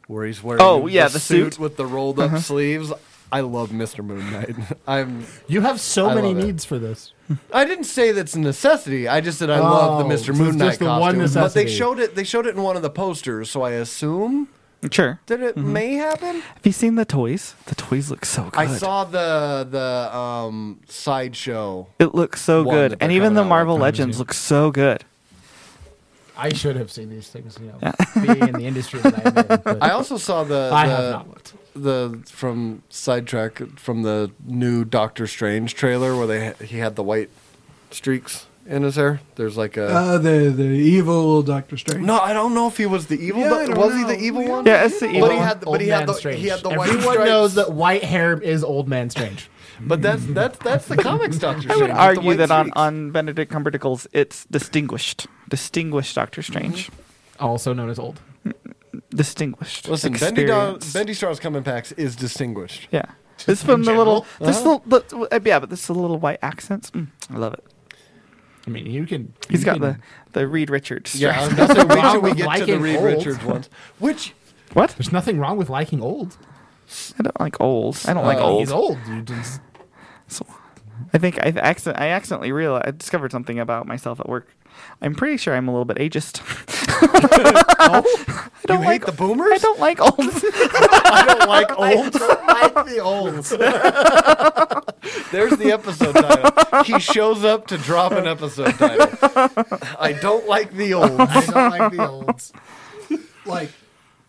E: where he's wearing
A: Oh, yeah, the suit. Uh-huh.
E: with the rolled up sleeves. I love Mr. Moon Knight. I'm.
D: You have so
E: I
D: many
E: love it.
D: needs for this.
E: I didn't say that's a necessity. I just said I love
D: Oh,
E: the
D: so
E: Mr.
D: it's
E: Moon Knight
D: just the one
E: costume. but they
D: necessity.
E: showed it. They showed it in one of the posters, so I assume
A: sure.
E: that it may happen.
A: Have you seen the toys? The toys look so good.
E: I saw the the um, sideshow.
A: It looks so
E: one
A: good,
E: that
A: and
E: they're
A: even
E: coming
A: the
E: out with.
A: Marvel
D: Haven't
A: Legends
D: seen.
A: look so good.
D: I should have seen these things. You know, being in the industry that I'm in. But
E: I also saw the
D: I
E: the,
D: have not looked.
E: the from sidetrack from the new Doctor Strange trailer where they he had the white streaks in his hair? There's like a.
F: Uh, the the evil Doctor Strange.
E: no, I don't know if he was the evil.
F: Yeah, I
E: doc-
F: don't
E: was he
F: know.
E: the evil
F: Yeah.
E: one?
A: Yeah, it's the evil
E: But he
A: one.
E: had the,
D: Old
E: but he had
D: Man
E: the,
D: Strange.
E: he had the white
D: Everyone
E: stripes.
D: knows that white hair is Old Man Strange.
E: But that's that's that's the comics Doctor.
A: I would
E: Strange with the
A: argue
E: white
A: that on,
E: streaks.
A: on Benedict Cumberbatch's, it's distinguished, distinguished Doctor Strange,
D: Also known as Old.
A: distinguished.
E: Listen, Bendy, Dog,
A: experience.
E: Bendy Strauss coming packs is distinguished.
A: Yeah, this from the little,
E: general?
A: this little, the- uh, yeah, but this is a little white accents. Mm, I love it.
D: I mean, you can.
A: He's
D: you
A: got
D: can-
A: the the Reed Richards.
E: Yeah,
A: stripes.
E: nothing wrong
D: Wrong
E: we
D: with
E: get to the
D: liking
E: Reed
D: old.
E: Richards ones. Which
A: what?
D: There's nothing wrong with liking old.
A: I don't like old. I don't like
D: Uh,
A: old.
D: He's old. You just-
A: So, I think I accident I accidentally realized I discovered something about myself at work. I'm pretty sure I'm a little bit ageist. I don't
E: you
A: like
E: hate the boomers?
A: I don't like old.
E: I don't like old.
D: like the olds.
E: There's the episode title. He shows up to drop an episode title. I don't like the old.
D: I don't like the olds.
F: Like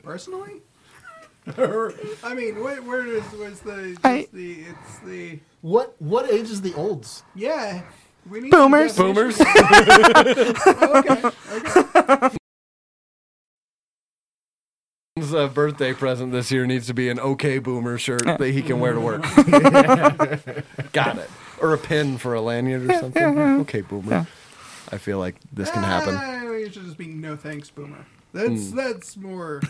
F: personally, Or- I mean, where, where is was the just
A: I-
F: the it's the
D: What what age is the olds?
F: yeah. We need
A: Boomers.
F: some
E: Boomers.
F: definition. okay.
E: uh, birthday present this year needs to be an OK Boomer shirt that he can wear to work. Got it. Or a pin for a lanyard or something. Okay, Boomer.
A: Yeah.
E: I feel like this can happen.
F: Ah, it should just be no thanks, Boomer. That's
E: Hmm.
F: that's more.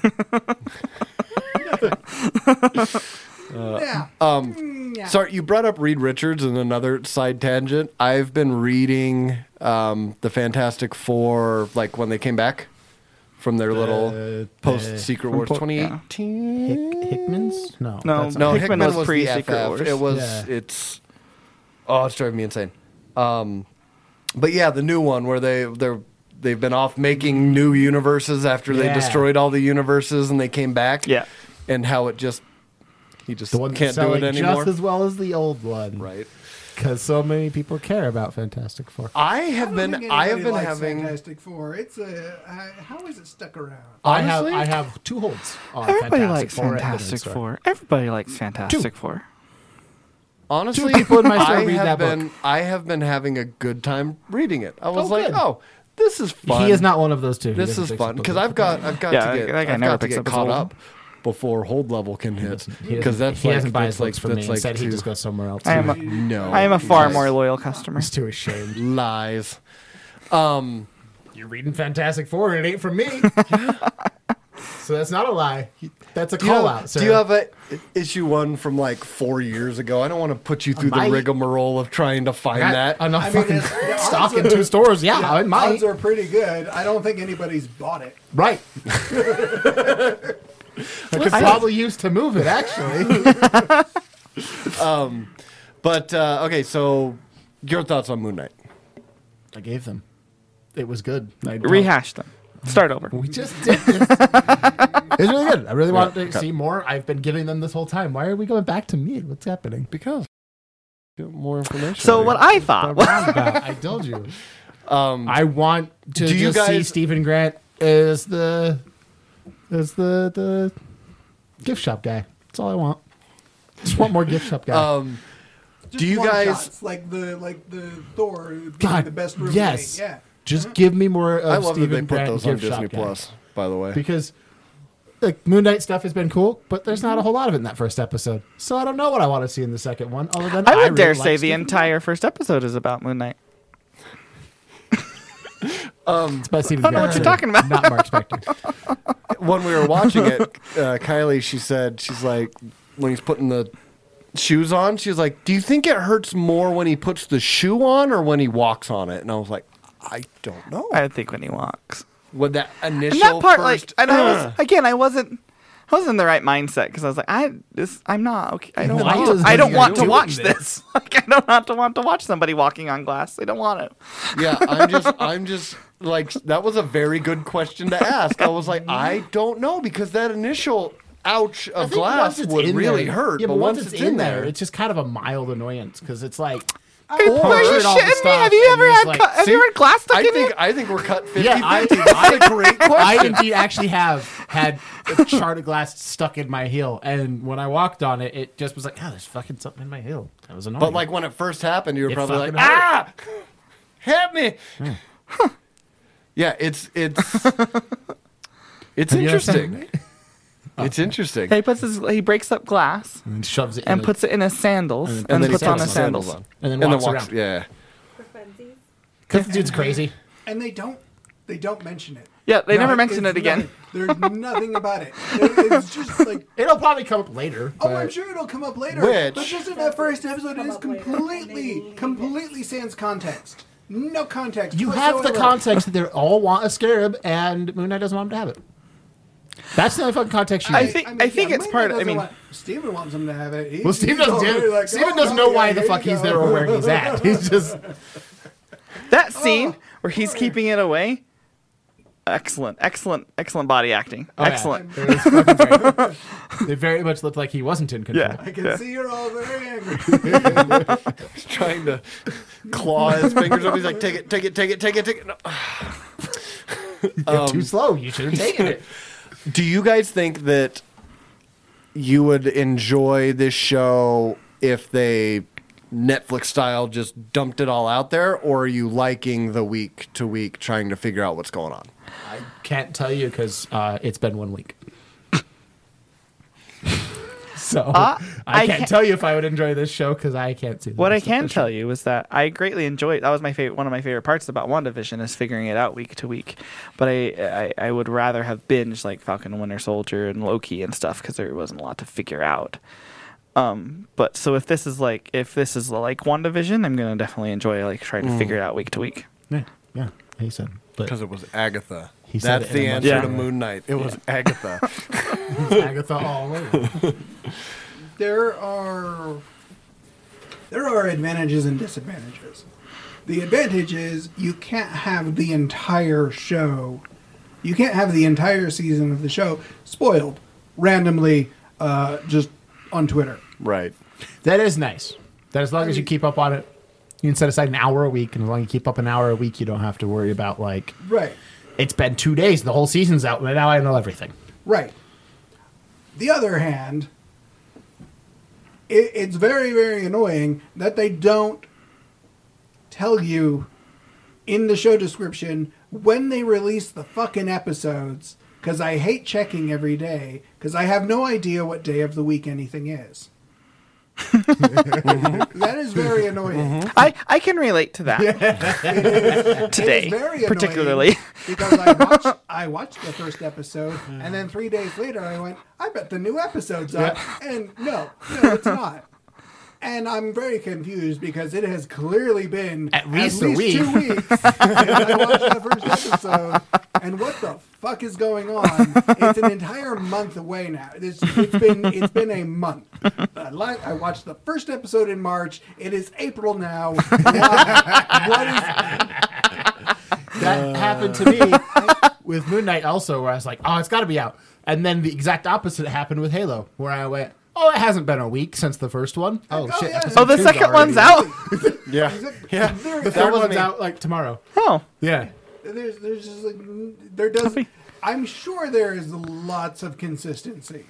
E: Uh,
F: yeah. Um. Yeah.
E: Sorry, you brought up Reed Richards in another side tangent. I've been reading um, the Fantastic Four, like when they came back from their little post Secret Wars
A: po- yeah.
E: 2018.
D: Hickman's? No.
A: No.
D: that's-
E: No, Hickman,
A: Hickman was
E: was, pre
A: pre-Secret Wars.
E: It was.
D: Yeah.
E: It's. Oh, it's driving me insane. Um, but yeah, the new one where they they're they've been off making new universes after they
D: Yeah.
E: destroyed all the universes and they came back.
A: Yeah.
E: and how it just he just
D: The one that's
E: can't do it
D: selling
E: anymore.
D: Just as well as the old one.
E: right.
D: Because so many people care about Fantastic Four.
E: I have
F: I don't
E: been.
F: think
E: I have
F: anybody
E: been
F: likes
E: having.
F: Fantastic Four. It's a I- how is it stuck around?
D: I have
E: Honestly?
D: I have two holds on
A: Everybody
D: Fantastic
A: likes
D: Four. at the
A: Fantastic
D: store.
A: Four. Everybody likes Fantastic Four.
E: Honestly,
D: Two people in my store
E: I
D: read that
E: have
D: book.
E: been. I have been having a good time reading it. I was
D: Oh,
E: like,
D: good.
E: oh, this is fun.
D: He is not one of those two. He
E: This
D: doesn't
E: is
D: fix
E: fun
D: up
E: because
D: those
E: I've got I've got
A: Yeah,
E: to get,
A: that guy
E: I've
A: never
E: got to
A: picks
E: get
A: up his
E: caught
A: old.
E: up before hold level can hit
D: He doesn't-
E: because that's
D: he
E: like,
D: doesn't buy
E: that's
D: his
E: like
D: books from me.
E: that's
D: and
E: like
D: said he
E: two-
D: just goes somewhere else.
A: I am a,
E: no.
A: I am a far
E: Yes.
A: more loyal customer.
D: He's too ashamed.
E: lies. Um,
D: You're reading Fantastic Four and it ain't from me. so that's not a lie. That's a
E: Do you,
D: call
E: have,
D: out. Sir.
E: do you have a issue one from like four years ago? I don't want to put you through
D: might.
E: the rigmarole of trying to find that.
D: enough
F: I mean,
D: fucking
F: it's- the odds
D: stock in
F: are-
D: two stores? Yeah,
F: Yeah,
D: I might.
F: odds are pretty good. I don't think anybody's bought it.
D: right. I could probably use to move it actually.
E: But uh, okay, so your thoughts on Moon Knight?
D: I gave them. It was good. I don't-
A: Rehash them. Start over.
D: We just did this. it was really good. I really wanted to
E: okay.
D: see more. I've been giving them this whole time. Why are we going back to me? What's happening?
E: Because more information.
A: So what I
E: Uh,
A: thought was
D: I told you.
E: Um,
D: I want to
E: do you
D: just see
E: guys-
D: Stephen Grant as the as the the gift shop guy. That's all I want. Just want more gift shop guy.
E: um,
F: Just
E: Do you
F: one
E: guys-
F: shots, like the like the Thor who became
D: God,
F: the best roommate?
D: yes.
F: Yeah.
D: Just give me more of
E: I love
D: Stephen
E: that they put
D: Grant
E: those on
D: gift shop
E: Disney
D: guy.
E: Plus. By the way,
D: because like Moon Knight stuff has been cool, but there's not a whole lot of it in that first episode. So I don't know what I want to see in the second one. Other than
A: I would
D: really
A: dare
D: like
A: say the
D: Stephen
A: entire first episode is about Moon Knight.
D: It's about Stephen
A: I don't know
D: Grant,
A: what you're
D: so
A: talking about.
D: Not Mark Spector.
E: when we were watching it, uh, Kylie, she said, she's like, when he's putting the shoes on, she's like, do you think it hurts more when he puts the shoe on or when he walks on it? And I was like, I don't know.
A: I think when he walks.
E: When that initial
A: and that part,
E: first,
A: like, and I was again, I wasn't, I wasn't in the right mindset because I was like, I this, I'm not okay. I don't,
D: Why
A: want,
D: is
A: to, I don't
D: he
A: want to
D: doing
A: watch this. Like, I don't want to want to watch somebody walking on glass. I don't want to.
E: yeah, I'm just, I'm just like, that was a very good question to ask. I was like, I don't know because that initial ouch of glass would really hurt.
D: Yeah, but, once, it's, in there, it's just kind of a mild annoyance because it's like.
A: Are
D: poured
A: you
D: it all the
A: shitting me?
D: stuff
A: Have you
D: and
A: ever
D: it's
A: had,
D: like,
A: cu- have you
E: see,
A: ever had glass stuck
E: I
A: in
E: think,
A: you?
E: I think we're cut 50
D: Yeah, I,
E: That's a great
D: I
E: question.
D: indeed actually have had a shard of glass stuck in my heel, and when I walked on it, it just was "Ah, like, "Oh, there's fucking something in my heel." That was annoying.
E: But like when it first happened, you were
D: It
E: probably like,
D: fucking
E: ah, help me.
D: Hmm.
E: Yeah, it's it's it's
D: Have you ever seen
E: interesting. It's interesting.
A: He puts his he breaks up glass
D: and shoves it
A: and
D: in
A: puts it in his sandals and,
E: then he
A: puts on his
E: sandals
A: sandals.
E: on.
D: And then walks around.
E: Yeah.
G: For funsies.
D: because the dude's crazy.
F: And they don't they don't mention it.
A: Yeah, they
F: No,
A: never mention it
F: it's
A: again.
F: nothing. There's nothing about it. There- It's just like,
D: It'll probably come up later.
F: oh, I'm sure it'll come up later.
E: Which-
F: but just in that first episode, it
G: Come
F: is
G: up later.
F: completely, completely sans context. No context.
D: You have the
F: whatsoever.
D: context that they all want a scarab, and Moon Knight doesn't want him to have it. That's the only fucking context you
A: I
D: need.
A: think- I think it's
F: Mike
A: part- I
F: doesn't
A: mean-
F: want, Steven wants him to have it. He-
D: Well, Steve
F: he's
D: doesn't.
F: already
D: Do,
F: like,
D: Steven
F: oh,
D: doesn't
F: no,
D: know why
F: yeah,
D: the
F: here
D: fuck
F: you
D: he's
F: go.
D: there or where he's at. He's just oh,
A: That scene where he's keeping it away. Excellent, excellent, excellent body acting.
D: Oh, yeah.
A: excellent.
D: It was fucking great. They very much looked like he wasn't in control.
A: Yeah.
F: I can see you're all very angry.
E: He's trying to claw his fingers up. He's like, take it, take it, take it, take it, take it. No.
D: You're too slow. You should have taken it.
E: Do you guys think that you would enjoy this show if they Netflix style just dumped it all out there, or are you liking the week to week trying to figure out what's going on?
D: I can't tell you because uh, it's been one week. so I,
A: Uh, I
D: can't
A: can't-
D: tell you if I would enjoy this show because I can't see. the
A: What I
D: rest of
A: can
D: the show.
A: tell you is that I greatly enjoyed. That was my favorite. One of my favorite parts about WandaVision is figuring it out week to week. But I, I, I would rather have binged like Falcon and Winter Soldier and Loki and stuff because there wasn't a lot to figure out. Um, but so if this is like if this is like WandaVision, I'm gonna definitely enjoy like trying
D: Mm.
A: to figure it out week to week.
D: Yeah, yeah, he said. But
E: Because it was Agatha.
D: He said
E: That's
D: it in
E: the
D: a
E: answer
A: much-
E: to
A: Yeah.
E: Moon Knight. It was Agatha.
D: Agatha all over.
F: there are there are advantages and disadvantages. The advantage is you can't have the entire show, you can't have the entire season of the show spoiled randomly, uh, just on Twitter.
E: right.
D: That is nice. That as long as you
A: Mm.
D: keep up on it, you can set aside an hour a week, and as long as you keep up an hour a week, you don't have to worry about like
F: Right,
D: it's been two days, the whole season's out, and now I know everything.
F: right. The other hand, it, it's very, very annoying that they don't tell you in the show description when they release the fucking episodes because I hate checking every day because I have no idea what day of the week anything is. that is very annoying.
A: I, I can relate to that today,
F: It's very annoying
A: particularly.
F: because I watched, I watched the first episode and then three days later I went, I bet the new episode's up, and no, no, it's not. And I'm very confused because it has clearly been
D: At least a
F: two weeks since I watched the first episode. And what the fuck is going on? It's an entire month away now. It's, it's been it's been a month. I, li- I watched the first episode in March. It is April now.
D: Oh,
F: Why? what is
D: That happened to me with Moon Knight also, where I was like, oh, it's got to be out. And then the exact opposite happened with Halo, where I went, oh, it hasn't been a week since the first one. Oh,
F: Oh,
D: shit.
F: yeah.
D: episode
A: oh, the
D: two's
A: second
D: already-
A: one's out.
E: Yeah. Yeah.
D: The
E: That
D: third
E: was
D: one's
E: me.
D: out like tomorrow.
A: Oh,
D: Yeah.
F: there's there's just like n- there does
A: Copy.
F: I'm sure there is lots of consistency.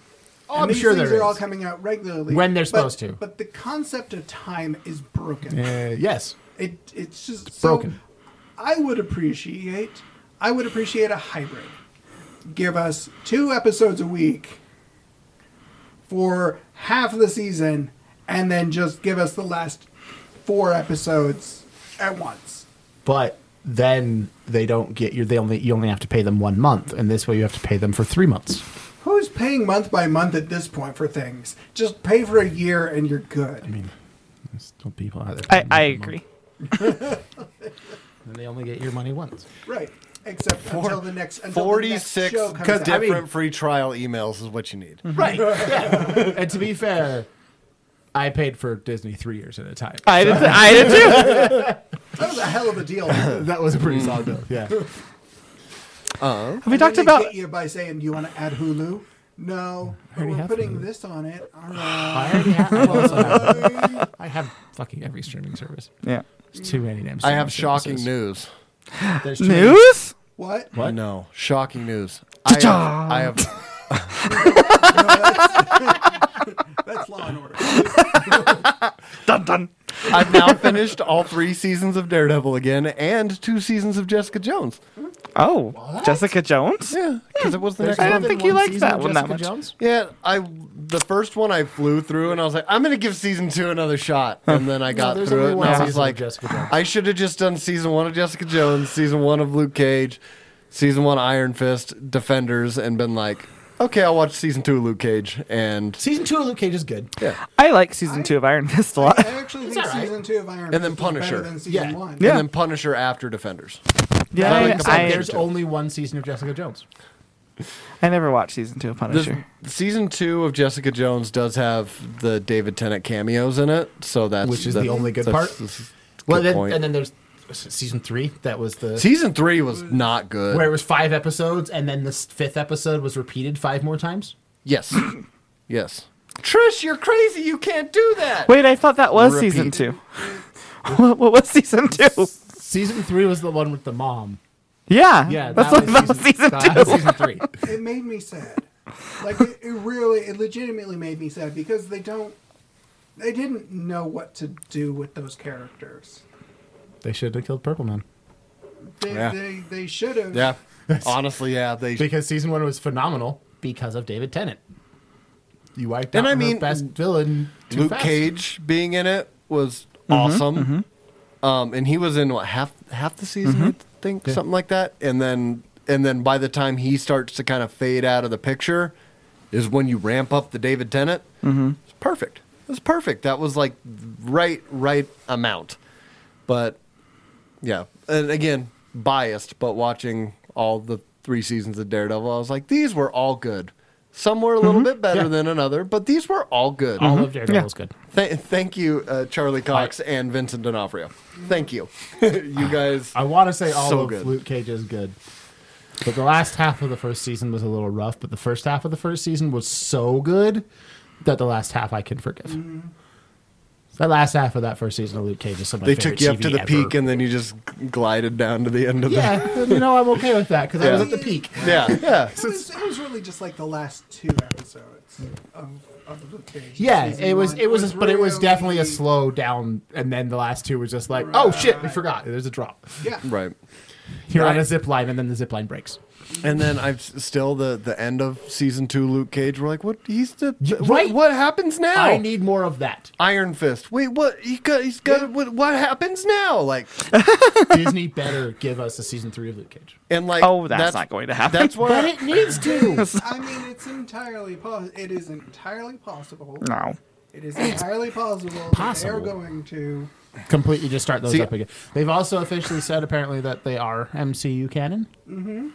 D: Oh, I'm sure
F: things
D: there
F: are all
D: is.
F: coming out regularly
D: When they're
F: but-
D: supposed to.
F: But the concept of time is broken.
D: Uh, yes.
F: It it's just
D: broken.
F: So I would appreciate I would appreciate a hybrid. Give us two episodes a week for half the season, and then just give us the last four episodes at once.
D: But then they don't get you. They only you only have to pay them one month, and this way you have to pay them for three months.
F: Who's paying month by month at this point for things? Just pay for a year and you're good.
D: There's still people out there.
A: I, I agree.
D: And they only get your money once.
F: right. Except until the next until the next
E: Forty-six
F: show comes
E: different
F: out.
D: I mean-
E: free trial emails is what you need.
D: Right. Yeah. and to be fair, I paid for Disney three years at a time.
A: I did, I did too.
F: that was a hell of a deal. And
D: that was a pretty solid deal. Mm. Yeah.
A: Have we
F: then
A: talked
F: they
A: about
F: get you by saying, "Do you want to add Hulu?" No, but we're
D: have
F: putting
D: Hulu.
F: this on it. All right.
D: I already have. I also have, I have fucking every streaming service.
A: yeah.
D: There's too many names.
E: I have shocking news.
A: news?
F: What?
D: What?
E: No, shocking news. I have, I have
F: That's Law and Order.
A: Dun dun.
E: I've now finished all three seasons of Daredevil again and two seasons of Jessica Jones.
A: Oh, Jessica Jones? Hmm.
E: Yeah, because it was the next
A: I
E: one.
A: didn't think you liked that one that much.
E: Yeah, I the first one I flew through and I was like, I'm gonna give season two another shot, and then I got
D: there's
E: through
D: only
E: it and
D: one
E: I
D: season
E: was
D: of
E: like,
D: Jessica Jones.
E: I should have just done season one of Jessica Jones, season one of Luke Cage, season one Iron Fist, Defenders, and been like, okay, I'll watch season two of Luke Cage, and
D: Season two of Luke Cage is good.
A: I like season two of Iron Fist a
F: I
A: lot.
F: actually think season two of Iron
E: And then
F: Fist was better
E: Punisher.
F: than season
D: Yeah.
F: one.
A: Yeah.
E: and then Punisher after Defenders.
A: Yeah,
E: I
A: I,
E: like the
A: I,
E: Punisher.
D: There's only one season of Jessica Jones.
A: I never watched season two of
E: The-
A: Punisher.
E: season two of Jessica Jones does have the David Tennant cameos in it, so that's
D: Which is
E: that's-
D: the only good
E: that's-
D: part.
E: that's a
D: Well,
E: good
D: then,
E: point.
D: and then there's was it season three. That was the
E: season three was not good.
D: where it was five episodes, and then this fifth episode was repeated five more times.
E: Yes. yes. Trish, you're crazy. You can't do that.
A: Wait, I thought that was
E: Repeat.
A: season two. what, what was season two?
D: Season three was the one with the mom.
A: Yeah,
D: Yeah,
A: that's what that was season
D: that
A: two.
D: was season three.
F: It made me sad. Like it, it really, it legitimately made me sad because they don't, they didn't know what to do with those characters.
D: They should have killed Purple Man
F: They
E: Yeah.
F: they, they should have.
E: Yeah. Honestly, yeah. They
D: because season one was phenomenal because of David Tennant. You wiped out
E: And I
D: I
E: mean,
D: best villain. Too
E: Luke
D: fast. Mm-hmm,
E: Cage being in it was awesome. Um, and he was in what half half the season,
D: Mm-hmm.
E: I think, something like that. And then and then by the time he starts to kind of fade out of the picture, is when you ramp up the David Tennant. Mm-hmm. It's perfect. It was perfect. That was like right right amount. But yeah, and again biased, but watching all the three seasons of Daredevil, I was like, these were all good. Some were a little bit better
D: Mm-hmm. Yeah. Mm-hmm.
E: than another, but these were all good.
D: All of Daredevil was good.
E: Th- thank you, uh, Charlie Cox and Vincent D'Onofrio. Thank you. you guys.
D: I want to say all
E: So
D: of
E: good.
D: Luke Cage is good. But the last half of the first season was a little rough, but the first half of the first season was so good that the last half I can forgive. That last half of that first season of Luke Cage is something
E: They took you up to the peak and then you just g- glided down to the end of
D: yeah, you know I'm okay with that because I was at the peak.
E: the. Yeah. Yeah.
F: It was, it was really just like the last two episodes of, of the page.
D: Yeah,
F: Season
D: it was
F: one
D: it was, but it was definitely a
F: really-
D: slow down, and then the last two was just like, oh shit, we
F: Right.
D: forgot. There's a drop.
F: Yeah.
E: Right.
D: You're on a zip line, and then the zip line breaks.
E: And then I've s- still the the end of season two. Luke Cage. We're like, what? He's the
D: Y-
E: what-
D: right.
E: What, happens now?
D: I need more of that.
E: Iron Fist. Wait, what? He got. He's got. What, what happens now? Like,
D: Disney better give us a season three of Luke Cage.
E: and like.
A: Oh, that's not going to happen.
E: That's where.
D: But it needs to.
F: I mean, it's entirely pos- It is entirely possible.
A: No.
F: It is entirely possible,
D: possible.
F: that they're going to.
D: completely just start those
E: See-
D: up again. They've also officially said apparently that they are MCU canon. Mm-hmm.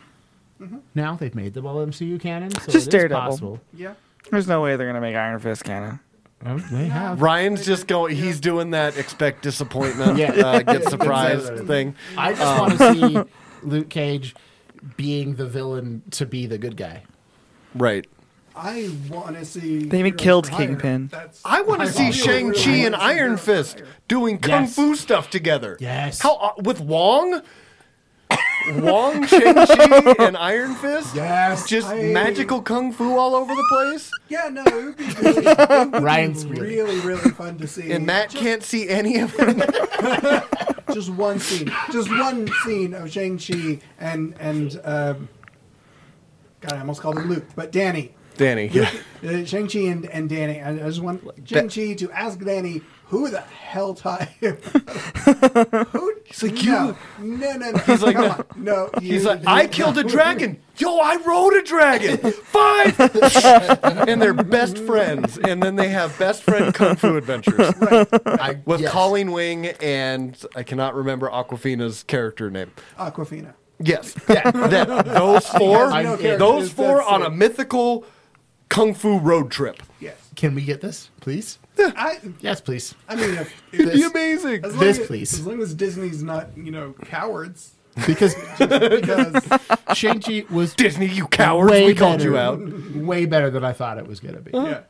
D: Now they've made them all MCU canon, so
A: Just
D: it is
A: Daredevil.
D: possible.
F: Yeah.
A: There's no way they're gonna make Iron Fist canon.
D: Oh, they have.
E: Ryan's just going. He's doing that. Expect disappointment.
D: Yeah.
E: Uh, get surprised
D: Exactly.
E: thing.
D: I just want to see Luke Cage being the villain to be the good guy.
E: Right.
F: I want to see.
A: They even
F: Heroes
A: killed
F: for Hire.
A: Kingpin.
F: That's
E: I want to
D: I
E: see
D: also
E: Shang Chi
F: really
E: and
F: wanna
E: Iron
F: see Hero
E: Fist
F: Fire.
E: doing kung
D: Yes.
E: fu stuff together.
D: Yes.
E: How uh, with Wong? Wong, Shang Chi, and Iron Fist.
D: Yes.
E: Just
F: I-
E: magical kung fu all over the place,
F: yeah, no, it would be really, it would
D: Ryan's
F: be
D: really-
F: really, really fun to see.
E: and Matt
F: just,
E: can't see any of it.
F: just one scene, just one scene of Shang Chi and and um, God, I almost called him Luke, but Danny.
E: Danny, yeah.
F: Uh, Shang Chi and, and Danny. I, I just want Shang Chi to ask Danny who the hell taught him. who? He's
E: like,
F: no, no, no, no. He's
E: like,
F: come on, no.
E: He's
F: you-
E: like, I killed a dragon. Yo, I rode a dragon. Five. and they're best friends, and then they have best friend kung fu adventures
D: I,
E: with
D: yes.
E: Colleen Wing and I cannot remember Aquafina's character name.
F: Aquafina.
E: Yes.
D: Yeah.
E: that those four,
F: has no character.
E: those
F: It's
E: four
F: that
E: on a
F: sick.
E: mythical kung fu road trip.
F: Yes.
D: Can we get this, please?
F: I.
D: Yes, please.
F: I mean, if,
E: It'd be amazing.
F: as long
D: This,
F: as,
D: please.
F: As long as Disney's not, you know, cowards.
D: Because
F: Because
D: Shang Chi was
E: Disney, you cowards,
D: way
E: we called you
D: better-
E: out. Uh-huh.
D: way better than I thought it was gonna be.
F: yeah,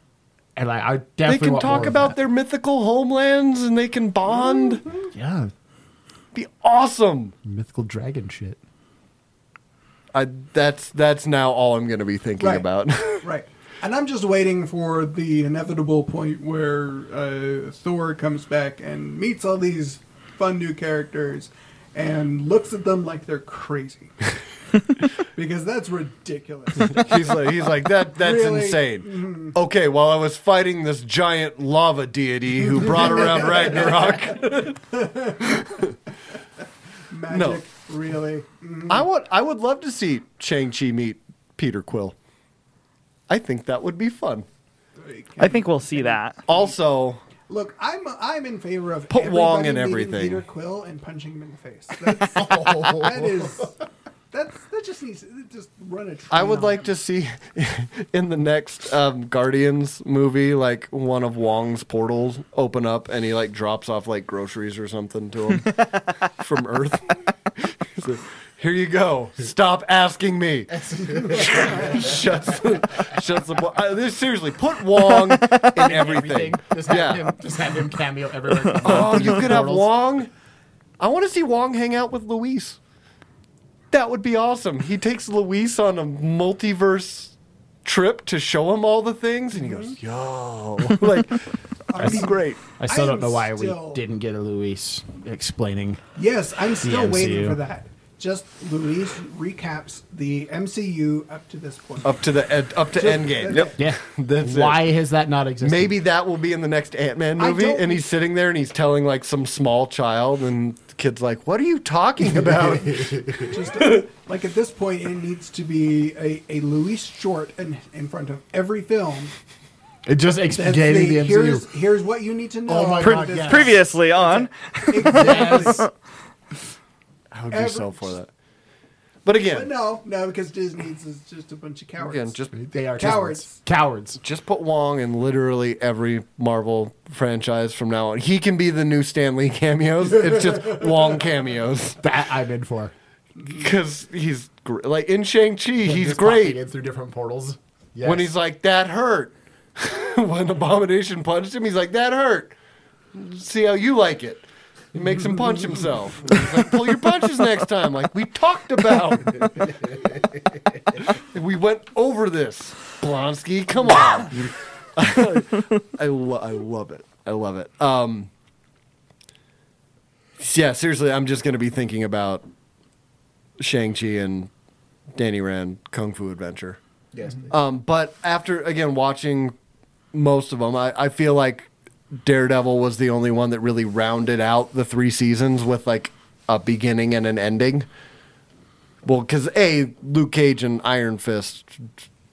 D: And like, I
E: They
D: definitely
E: can
D: want
E: talk
D: more of
E: about
D: that.
E: their mythical homelands and they can bond.
D: yeah
E: Be awesome.
D: mythical dragon shit.
E: I, that's that's now all I'm going to be thinking
F: Right.
E: about.
F: right. And I'm just waiting for the inevitable point where uh, Thor comes back and meets all these fun new characters and looks at them like they're crazy. because that's ridiculous.
E: He's like, he's like that. That's
F: Really? Mm-hmm.
E: insane. Okay, while I was fighting this giant lava deity who brought around Ragnarok,
F: Magic,
E: No.
F: really. Mm.
E: I would I would love to see Shang Chi meet Peter Quill. I think that would be fun.
A: I think we'll see that.
E: Also,
F: Look, I'm I'm in favor of
E: Put Wong
F: everybody
E: in
F: meeting
E: everything.
F: Peter Quill and punching him in the face. That's, that is that's that just needs just run a. Train
E: I would
F: on
E: like
F: it.
E: to see in the next um, Guardians movie, like one of Wong's portals open up and he like drops off like groceries or something to him from Earth. He's like, Here you go. Stop asking me. shuts the, shuts the. bo- I, this, seriously, put Wong in everything.
D: Just have
E: Yeah.
D: him. Just have him cameo everywhere.
E: Oh, you could have
D: Portals.
E: Wong. I want to see Wong hang out with Luis. That would be awesome. He takes Luis on a multiverse trip to show him all the things, and he goes, "Yo, like that'd be great."
D: I still
F: I
D: don't
F: am
D: know why
F: still-
D: we didn't get a Luis explaining.
F: Yes, I'm still waiting
D: MCU.
F: for that. Just Luis recaps the MCU up to this point.
E: Up to the ed, up to Endgame.
F: Yep.
D: Yeah.
E: That's it.
D: why has that not existed?
E: Maybe that will be in the next Ant Man
F: I
E: movie,
F: don't-
E: and he's sitting there and he's telling like some small child, and the kid's like, "What are you talking about?"
F: Just like at this point, it needs to be a, a Luis short in, in front of every film.
D: It just
F: That's
D: explaining the, MCU.
F: the- here's here's what you need to
D: Oh
F: know.
D: my
F: about
D: God,
F: this-
D: yes.
A: Previously on,
F: Exactly.
E: I would be
F: Every-
E: so for that. But again,
F: But no, no, because Disney's is just a bunch of cowards.
E: again, just
D: they are
F: Cowards.
D: Cowards.
E: just put Wong in literally every Marvel franchise from now on. He can be the new Stan Lee cameos. It's just Wong cameos
D: That I'm in for.
E: because he's gr- like in Shang Chi, he's
D: Just
E: great.
D: popping in through different portals.
E: When he's like that hurt, when Abomination punched him, he's like that hurt. See how you like it. He makes him punch himself. And he's like, Pull your punches next time, like we talked about. we went over this. Blonsky, come on. I, lo- I love it. I love it. Um, yeah, seriously, I'm just going to be thinking about Shang-Chi and Danny Rand Kung Fu Adventure.
D: yes,
E: Um, but after, again, watching most of them, I, I feel like Daredevil was the only one that really rounded out the three seasons with like a beginning and an ending. Well, because A, Luke Cage and Iron Fist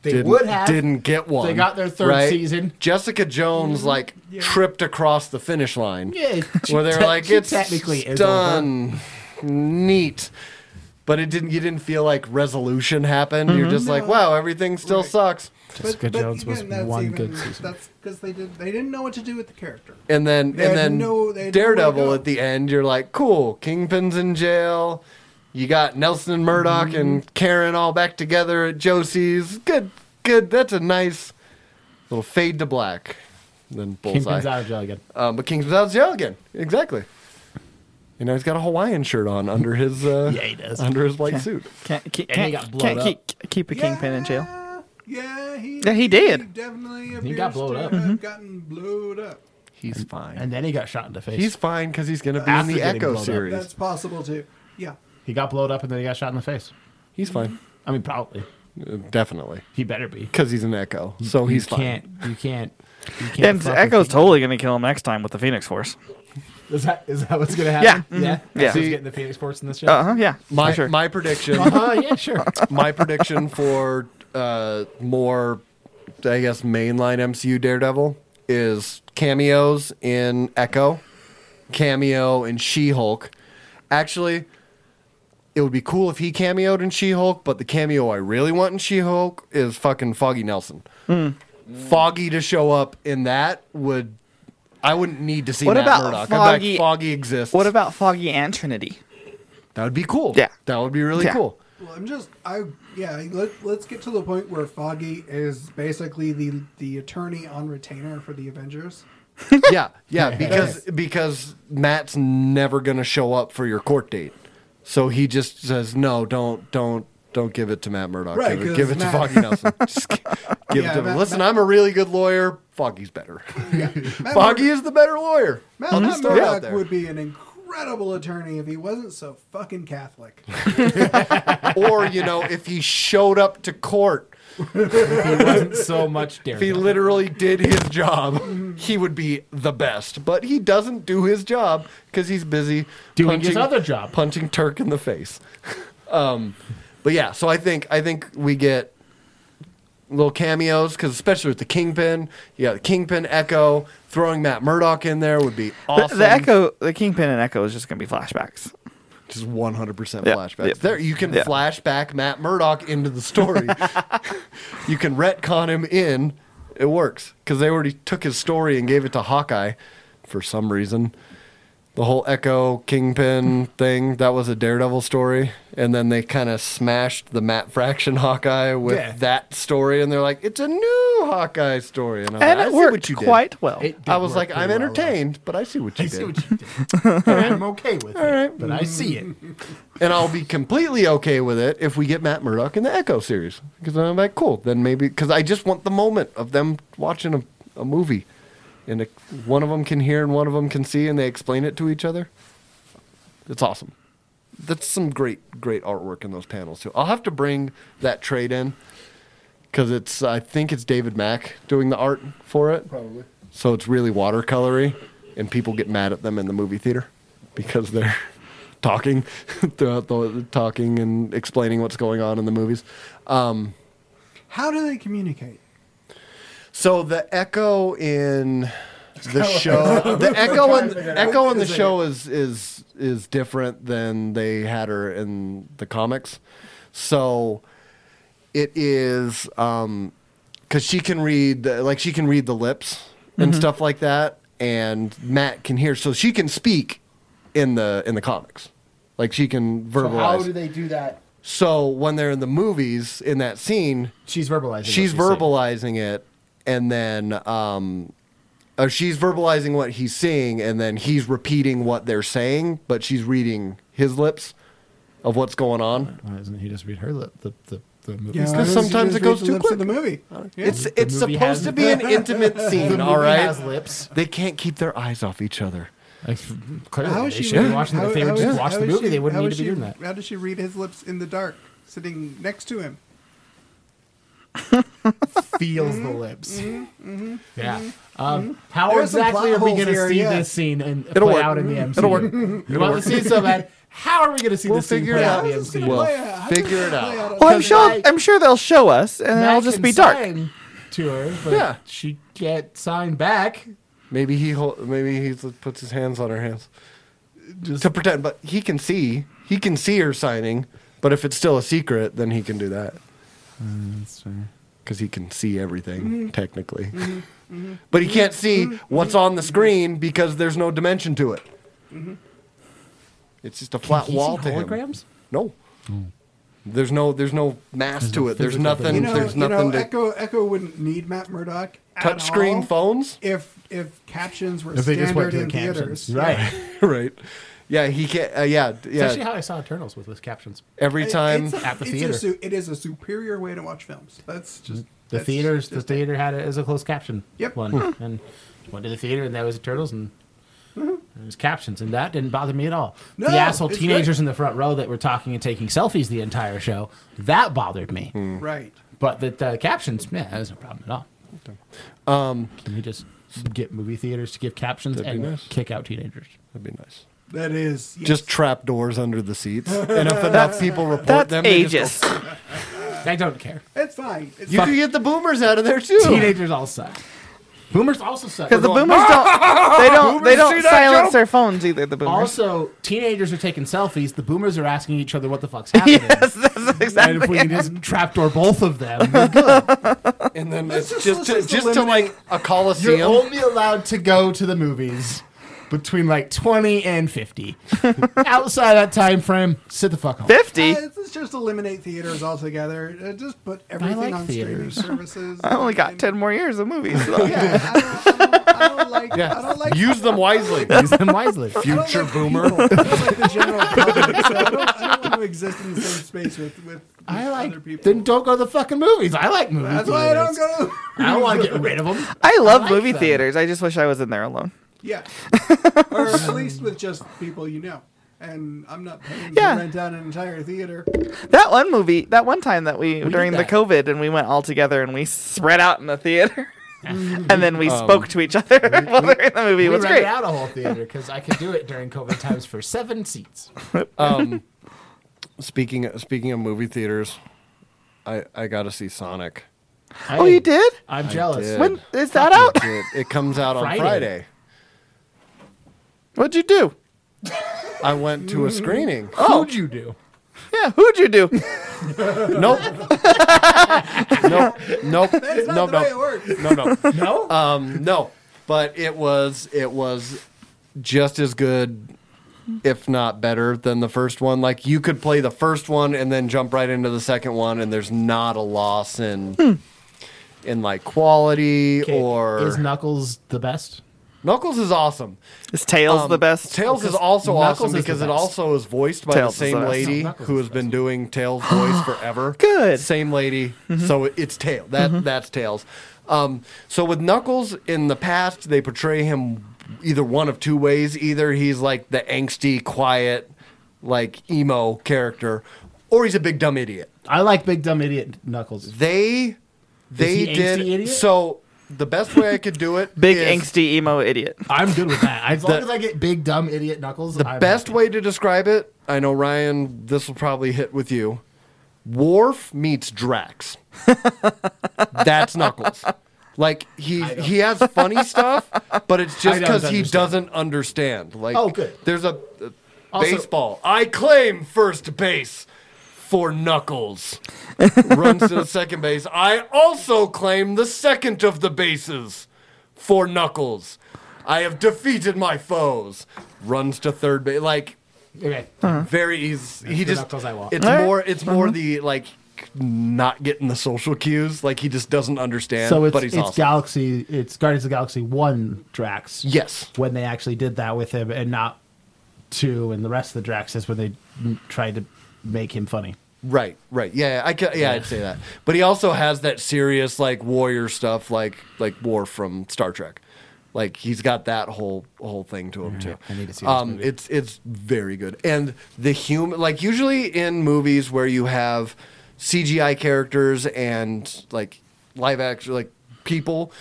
D: They
E: didn't,
D: would have.
E: didn't get one.
D: They got their third season. Mm-hmm.
E: Jessica Jones like tripped across the finish line.
D: Yeah, she
E: where they're
D: te-
E: like,
D: she
E: it's
D: technically is
E: done, neat. But it didn't. You didn't feel like resolution happened.
D: Mm-hmm.
E: You're just like, wow, everything still
F: Right.
E: sucks.
D: Jessica Jones was one good season.
F: That's because they did they didn't know what to do with the character.
E: And then,
F: They
E: and
F: had
E: then
F: no- they had nowhere to
E: Daredevil
F: go.
E: at the end. You're like, cool. Kingpin's in jail. You got Nelson and Murdoch
D: Mm-hmm.
E: and Karen all back together at Josie's. Good, good. That's a nice little fade to black. Then bullseye.
D: Kingpin's out of jail again.
E: Um, but King's out of jail again. Exactly. You know, he's got a Hawaiian shirt on under his uh,
D: Yeah, he does.
E: under his white suit.
A: can't, keep-
D: And he
A: can't,
D: got blown
A: can't keep, keep a kingpin in jail.
F: Yeah, he.
A: Yeah, he did.
F: He definitely
D: He got
F: appears
D: blowed
F: to
D: up. Mm-hmm.
F: have Gotten blowed up.
E: He's fine.
D: And then he got shot in the face.
E: he's fine because he's going to be
D: After
E: in the
D: getting
E: Echo
D: blown up.
E: series.
F: That's possible too. Yeah.
D: he got blowed up and then he got shot in the face.
E: He's fine,
D: I mean, probably.
E: Uh, definitely,
D: He better be.
E: because he's an Echo. So he's
D: you
E: fine.
D: can't. You can't. You can't.
A: And
D: fuck with
A: Echo's
D: King-
A: totally gonna kill him next time with the Phoenix Force.
D: Is that is that what's gonna happen?
F: Mm-hmm.
A: Yeah. Mhm.
D: Yeah.
A: Yeah.
D: Echo's
E: See-
D: getting the Phoenix Force in this show.
A: Uh
F: Uh-huh.
A: huh. Yeah. for
E: My
A: sure.
E: my prediction.
D: Uh, yeah, sure.
E: my prediction for uh, more, I guess, mainline MCU Daredevil is cameos in Echo, cameo in She Hulk. Actually, it would be cool if he cameoed in She Hulk, but the cameo I really want in She Hulk is fucking Foggy Nelson.
A: Hmm.
E: Foggy to show up in that would. I wouldn't need to see
A: What
E: Matt
A: about
E: Murdock. I'd be
A: Foggy-
E: like, Foggy exists.
A: what about Foggy and Trinity?
E: that? Would be cool.
A: Yeah.
E: that would be really
A: Yeah.
E: cool.
F: Well, I'm just I yeah. Let, let's get to the point where Foggy is basically the the attorney on retainer for the Avengers.
E: yeah, yeah, because because Matt's never gonna show up for your court date, so he just says no, don't, don't, don't give it to Matt Murdoch.
F: Right,
E: give it,
F: 'cause
E: give it to
F: Matt-
E: Foggy Nelson. Just g- Give
F: Yeah,
E: it to him.
F: Matt-
E: Listen, I'm a really good lawyer. Foggy's better.
F: Matt
E: Foggy is the better lawyer.
F: Matt,
E: I'll
F: Matt
E: just throw it out
F: Murdock
E: there.
F: would be an incredible attorney if he wasn't so fucking Catholic.
E: or you know, if he showed up to court,
D: It wasn't so much
E: if he
D: daredevil.
E: literally did his job, he would be the best. But he doesn't do his job because he's busy
D: Doing his other job.
E: punching Turk in the face. um, but yeah, so I think I think we get little cameos because especially with the Kingpin, you got the Kingpin Echo throwing Matt Murdock in there would be
A: The-
E: awesome.
A: The, Echo, the Kingpin and Echo is just going to be flashbacks.
E: just 100%
A: Yeah,
E: flashbacks.
A: yeah.
E: There, you can
A: Yeah.
E: flashback Matt Murdock into the story. you can retcon him in. It works because they already took his story and gave it to Hawkeye for some reason. The whole Echo Kingpin thing that was a Daredevil story, and then they kind of smashed the Matt Fraction Hawkeye with
F: Yeah.
E: that story, and they're like, "It's a new Hawkeye story," and, I'm
A: And
E: like,
A: it
E: I see
A: worked
E: what you did.
A: quite well.
D: It did
E: I was
D: work
E: like,
D: pretty
E: "I'm
D: well, though.
E: entertained," but I see what you
D: I
E: did.
D: see what you did. And I'm okay with it, but I see it.
E: and I'll be completely okay with it if we get Matt Murdock in the Echo series because I'm like, cool. Then maybe because I just want the moment of them watching a, a movie, and it- one of them can hear and one of them can see, and they explain it to each other. It's awesome. That's some great, great artwork in those panels too. I'll have to bring that trade in because it's I think it's David Mack doing the art for it. Probably. So it's really watercolory, and people get mad at them in the movie theater because they're talking throughout the talking and explaining what's going on in the movies. Um,
F: How do they communicate?
E: so the echo in the show, the echo in echo in the show is is is different than they had her in the comics. So it is because she can read the, like she can read the lips and stuff like that, and Matt can hear, so she can speak in the in the comics, like she can verbalize. So,
D: How do they do that?
E: when they're in the movies in that scene,
D: She's verbalizing. what
E: she's
D: saying.
E: verbalizing it and then um or she's verbalizing what he's seeing and then he's repeating what they're saying but she's reading his lips of what's going on
D: Why doesn't he just read her lip? The, the, the movie.
F: why does he
E: sometimes it
F: just
E: goes
F: read the
E: too
F: lips of
E: quick.
F: The movie. Yeah.
E: it's it's
D: movie has-
E: supposed to be an intimate scene all right
D: has lips.
E: they can't keep their eyes off each other
D: Like, clearly,
F: How
D: they
F: is she
D: should be
F: read-
D: watching.
F: how-
D: if they would
F: how
D: just
F: is-
D: watch
F: how
D: the
F: is
D: movie,
F: she-
D: they wouldn't
F: how
D: need
F: is
D: to be
F: she-
D: doing that.
F: How does she read his lips in the dark, sitting next to him?
D: Feels the lips. Yeah. Um, how
F: There's some
D: exactly are
F: plot
D: we going to
F: holes here,
D: see
F: yeah.
D: this scene and
E: It'll
D: play
E: work.
D: out in the MCU?
E: It'll work.
D: You want to see it so bad. How are we going to see
E: We'll
D: this scene
E: figure
D: play
E: it
D: out
E: out.
D: in the MCU?
E: Well,
F: play out?
E: figure it
F: Play
E: out
F: out
A: Well, I'm
D: Because
A: sure.
D: I-
A: I'm sure they'll show us, and
D: Matt
A: it'll just
D: can
A: be dark.
D: sign To her, but
E: Yeah.
D: she can't sign back.
E: maybe he hol- maybe he puts his hands on her hands to pretend but he can see he can see her signing but if it's still a secret then he can do that
D: Uh, That's fair.
E: because he can see everything
F: Mm-hmm.
E: technically, but he can't see what's on the screen because there's no dimension to it.
F: Mm-hmm.
E: It's just a flat
D: he see
E: wall to him.
D: holograms?
E: No, there's no there's no mass to it. There's
D: physical
E: nothing.
F: You know,
E: there's
F: you know
E: nothing to
F: Echo Echo wouldn't need Matt Murdock. at
E: touch screen
F: all
E: phones.
F: If if captions were
D: If they just went
F: standard
D: to the
F: in
D: captions,
F: theaters,
D: right?
E: right. Yeah, he can't. Uh, yeah,
D: That's actually
E: yeah.
D: how I saw Eternals with with captions.
E: Every
F: It-
E: time.
F: it's a,
D: at the
F: it's a
D: theater.
F: su- it is a superior way to watch films. That's just
D: The
F: that's
D: theaters, the
F: just-
D: theater had it as a closed caption.
F: Yep.
D: One and went to the theater, and that was Turtles, and it was captions, and that didn't bother me at all.
F: No,
D: the asshole
F: it's
D: teenagers
F: great.
D: in the front row that were talking and taking selfies the entire show that bothered me.
F: right.
D: But the, the captions, yeah, that was no problem at all. Um, Can we just get movie theaters to give captions
E: That'd be
D: and
E: nice.
D: kick out teenagers?
E: That'd be nice.
F: That is yes.
E: Just trap doors under the seats, and if enough people report
A: That's
E: them, they just go,
A: ages.
D: I don't care.
F: It's fine. It's
E: you
F: fine.
E: can get the boomers out of there too.
D: Teenagers all suck. Boomers also suck.
A: Because the boomers don't. They don't. they don't silence their phones either. The boomers.
D: Also, teenagers are taking selfies. The boomers are asking each other what the fuck's happening.
A: Yes, that's
D: and if
A: exactly.
D: we can just trapdoor both of them, we're good.
E: And then
F: Let's
E: it's
F: just-
E: just to,
F: let's just
E: just to like a
D: you're
E: coliseum.
D: only allowed to go to the movies between like 20 and 50. Outside that time frame, sit the fuck home.
A: Fifty.
F: Uh, let's just eliminate theaters altogether. Uh, just put everything
D: like
F: on
D: theaters.
F: streaming services.
A: I only got
F: And-
A: ten more years of movies.
F: Yeah, I don't, I don't, I don't like. I don't like.
E: Use them wisely.
D: Use them wisely.
F: I don't like people. I don't like the general public, so I don't, I don't want to exist in the same space with, with
D: I
F: with
D: like.
F: other people.
D: Then don't go to the fucking movies. I like movies.
F: That's why I don't go.
D: I don't want to get rid of them.
A: I love
D: like
A: movie
D: them.
A: theaters. I just wish I was in there alone.
F: Yeah. or at least with just people you know. And I'm not paying
A: Yeah.
F: to rent out an entire theater.
A: That one movie, that one time that we, during the
D: that.
A: COVID, and we went all together and we spread out in the theater, and then we spoke to each other while we were in the movie. It
D: We
A: was
D: rented
A: great.
D: out a whole theater because I could do it during COVID times for seven seats.
E: Speaking speaking of movie theaters, I I got to see Sonic.
A: Oh, you did?
D: I'm jealous.
E: did.
A: When is that out?
E: It, it comes out on
D: Friday.
E: Friday.
A: What'd you do?
E: I went to a screening.
D: Who'd you do?
A: Yeah, who'd you do?
E: Nope. nope. Nope.
F: That's not
E: nope.
F: the way it
E: Nope.
F: works.
E: No. No.
D: No.
E: Um, no, but it was it was just as good, if not better, than the first one. Like you could play the first one and then jump right into the second one, and there's not a loss in in like quality
D: Okay,
E: or
D: is Knuckles the best?
E: Knuckles is awesome.
A: Is Tails
E: Um,
A: the best?
E: Tails is also
D: Knuckles
E: awesome
D: is the
E: because it
D: best.
E: also is voiced by
A: Tails is
E: the same
A: the best.
E: lady
D: No, Knuckles
E: who
D: is
E: has
D: the
E: been doing Tails voice forever.
A: Good. Mm-hmm.
E: Same lady. So it's Tail. That that's Tails. Um, so with Knuckles in the past, they portray him either one of two ways. Either he's like the angsty, quiet, like emo character, or he's a big dumb idiot
D: I like Big Dumb Idiot Knuckles.
E: they they
D: he angsty
E: did
D: idiot?
E: so the best way I could do it
A: Big
E: is-
A: angsty emo idiot.
D: I'm good with that. As long
E: The-
D: as I get Big Dumb Idiot Knuckles,
E: the
D: I'm
E: best
D: happy.
E: way to describe it I know Ryan this will probably hit with you Worf meets Drax that's Knuckles like he he has funny stuff but it's just
D: I don't
E: because he
D: understand.
E: doesn't understand like
D: Oh, good.
E: there's a uh,
D: Also-
E: baseball I claim first base for Knuckles runs to the second base. I also claim the second of the bases for Knuckles. I have defeated my foes. Runs to third base. Like
D: Okay.
E: very easy. He
D: the
E: just
D: Knuckles I want.
E: it's
A: All right.
E: more it's more
D: Mm-hmm.
E: the like not getting the social cues. Like he just doesn't understand.
D: So it's
E: but he's
D: it's
E: awesome.
D: Galaxy. It's Guardians of the Galaxy One Drax.
E: yes.
D: When they actually did that with him, and not two, and the rest of the Draxes when they m- tried to make him funny.
E: Right, right. Yeah, yeah, I ca yeah, I'd say that. But he also has that serious like warrior stuff like like war from Star Trek. Like he's got that whole whole thing to him too.
D: I need to see this
E: um
D: movie.
E: it's it's very good. And the human like usually in movies where you have CGI characters and like live action like people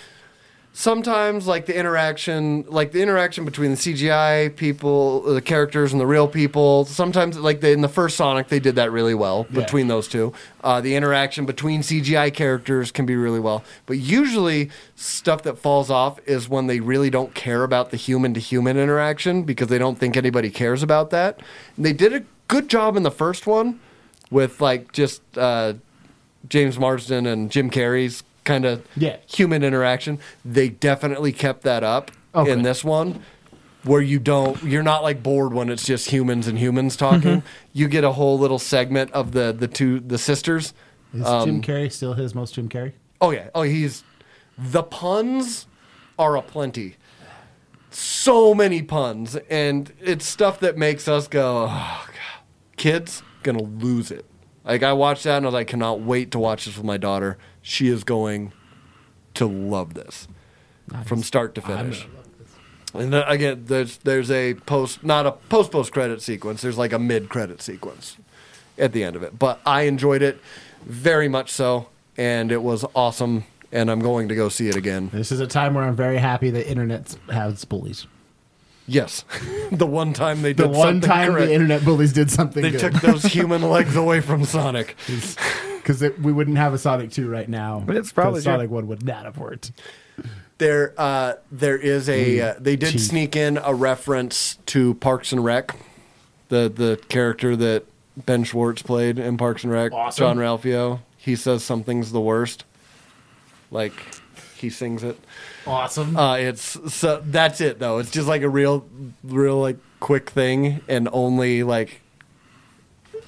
E: sometimes like the interaction like the interaction between the cgi people the characters and the real people sometimes like they, in the first sonic they did that really well
D: Yeah.
E: between those two uh, the interaction between cgi characters can be really well but usually stuff that falls off is when they really don't care about the human to human interaction because they don't think anybody cares about that and they did a good job in the first one with like just uh, James Marsden and Jim Carrey's kind of
D: Yeah.
E: human interaction. They definitely kept that up
D: Oh,
E: in
D: good.
E: this one where you don't you're not like bored when it's just humans and humans talking. You get a whole little segment of the the two the sisters.
D: Is
E: Um,
D: Jim Carrey still his most Jim Carrey?
E: Oh yeah. Oh, he's the puns are aplenty. So many puns, and it's stuff that makes us go, oh, God. kids gonna lose it. Like I watched that and I was like, I cannot wait to watch this with my daughter. She is going to love this from start to finish. And then, again, there's there's a post, not a post post credit sequence. There's like a mid credit sequence at the end of it. But I enjoyed it very much so, and it was awesome. And I'm going to go see it again.
D: This is a time where I'm very happy the internet has bullies.
E: Yes, the one time they
D: The
E: did
D: one
E: something
D: time
E: correct.
D: the internet bullies did something
E: they
D: good,
E: took those human legs away from Sonic.
D: because we wouldn't have a Sonic two right now.
A: It's probably
D: 'cause
A: true.
D: Sonic one would not have worked.
E: There, uh, there is a.
D: Mm.
E: Uh, they did
D: Chief.
E: sneak in a reference to Parks and Rec, the the character that Ben Schwartz played in Parks and Rec,
D: Awesome.
E: John Ralphio. He says something's the worst, like he sings it.
D: Awesome.
E: Uh, it's so that's it though. It's just like a real, real like quick thing, and only like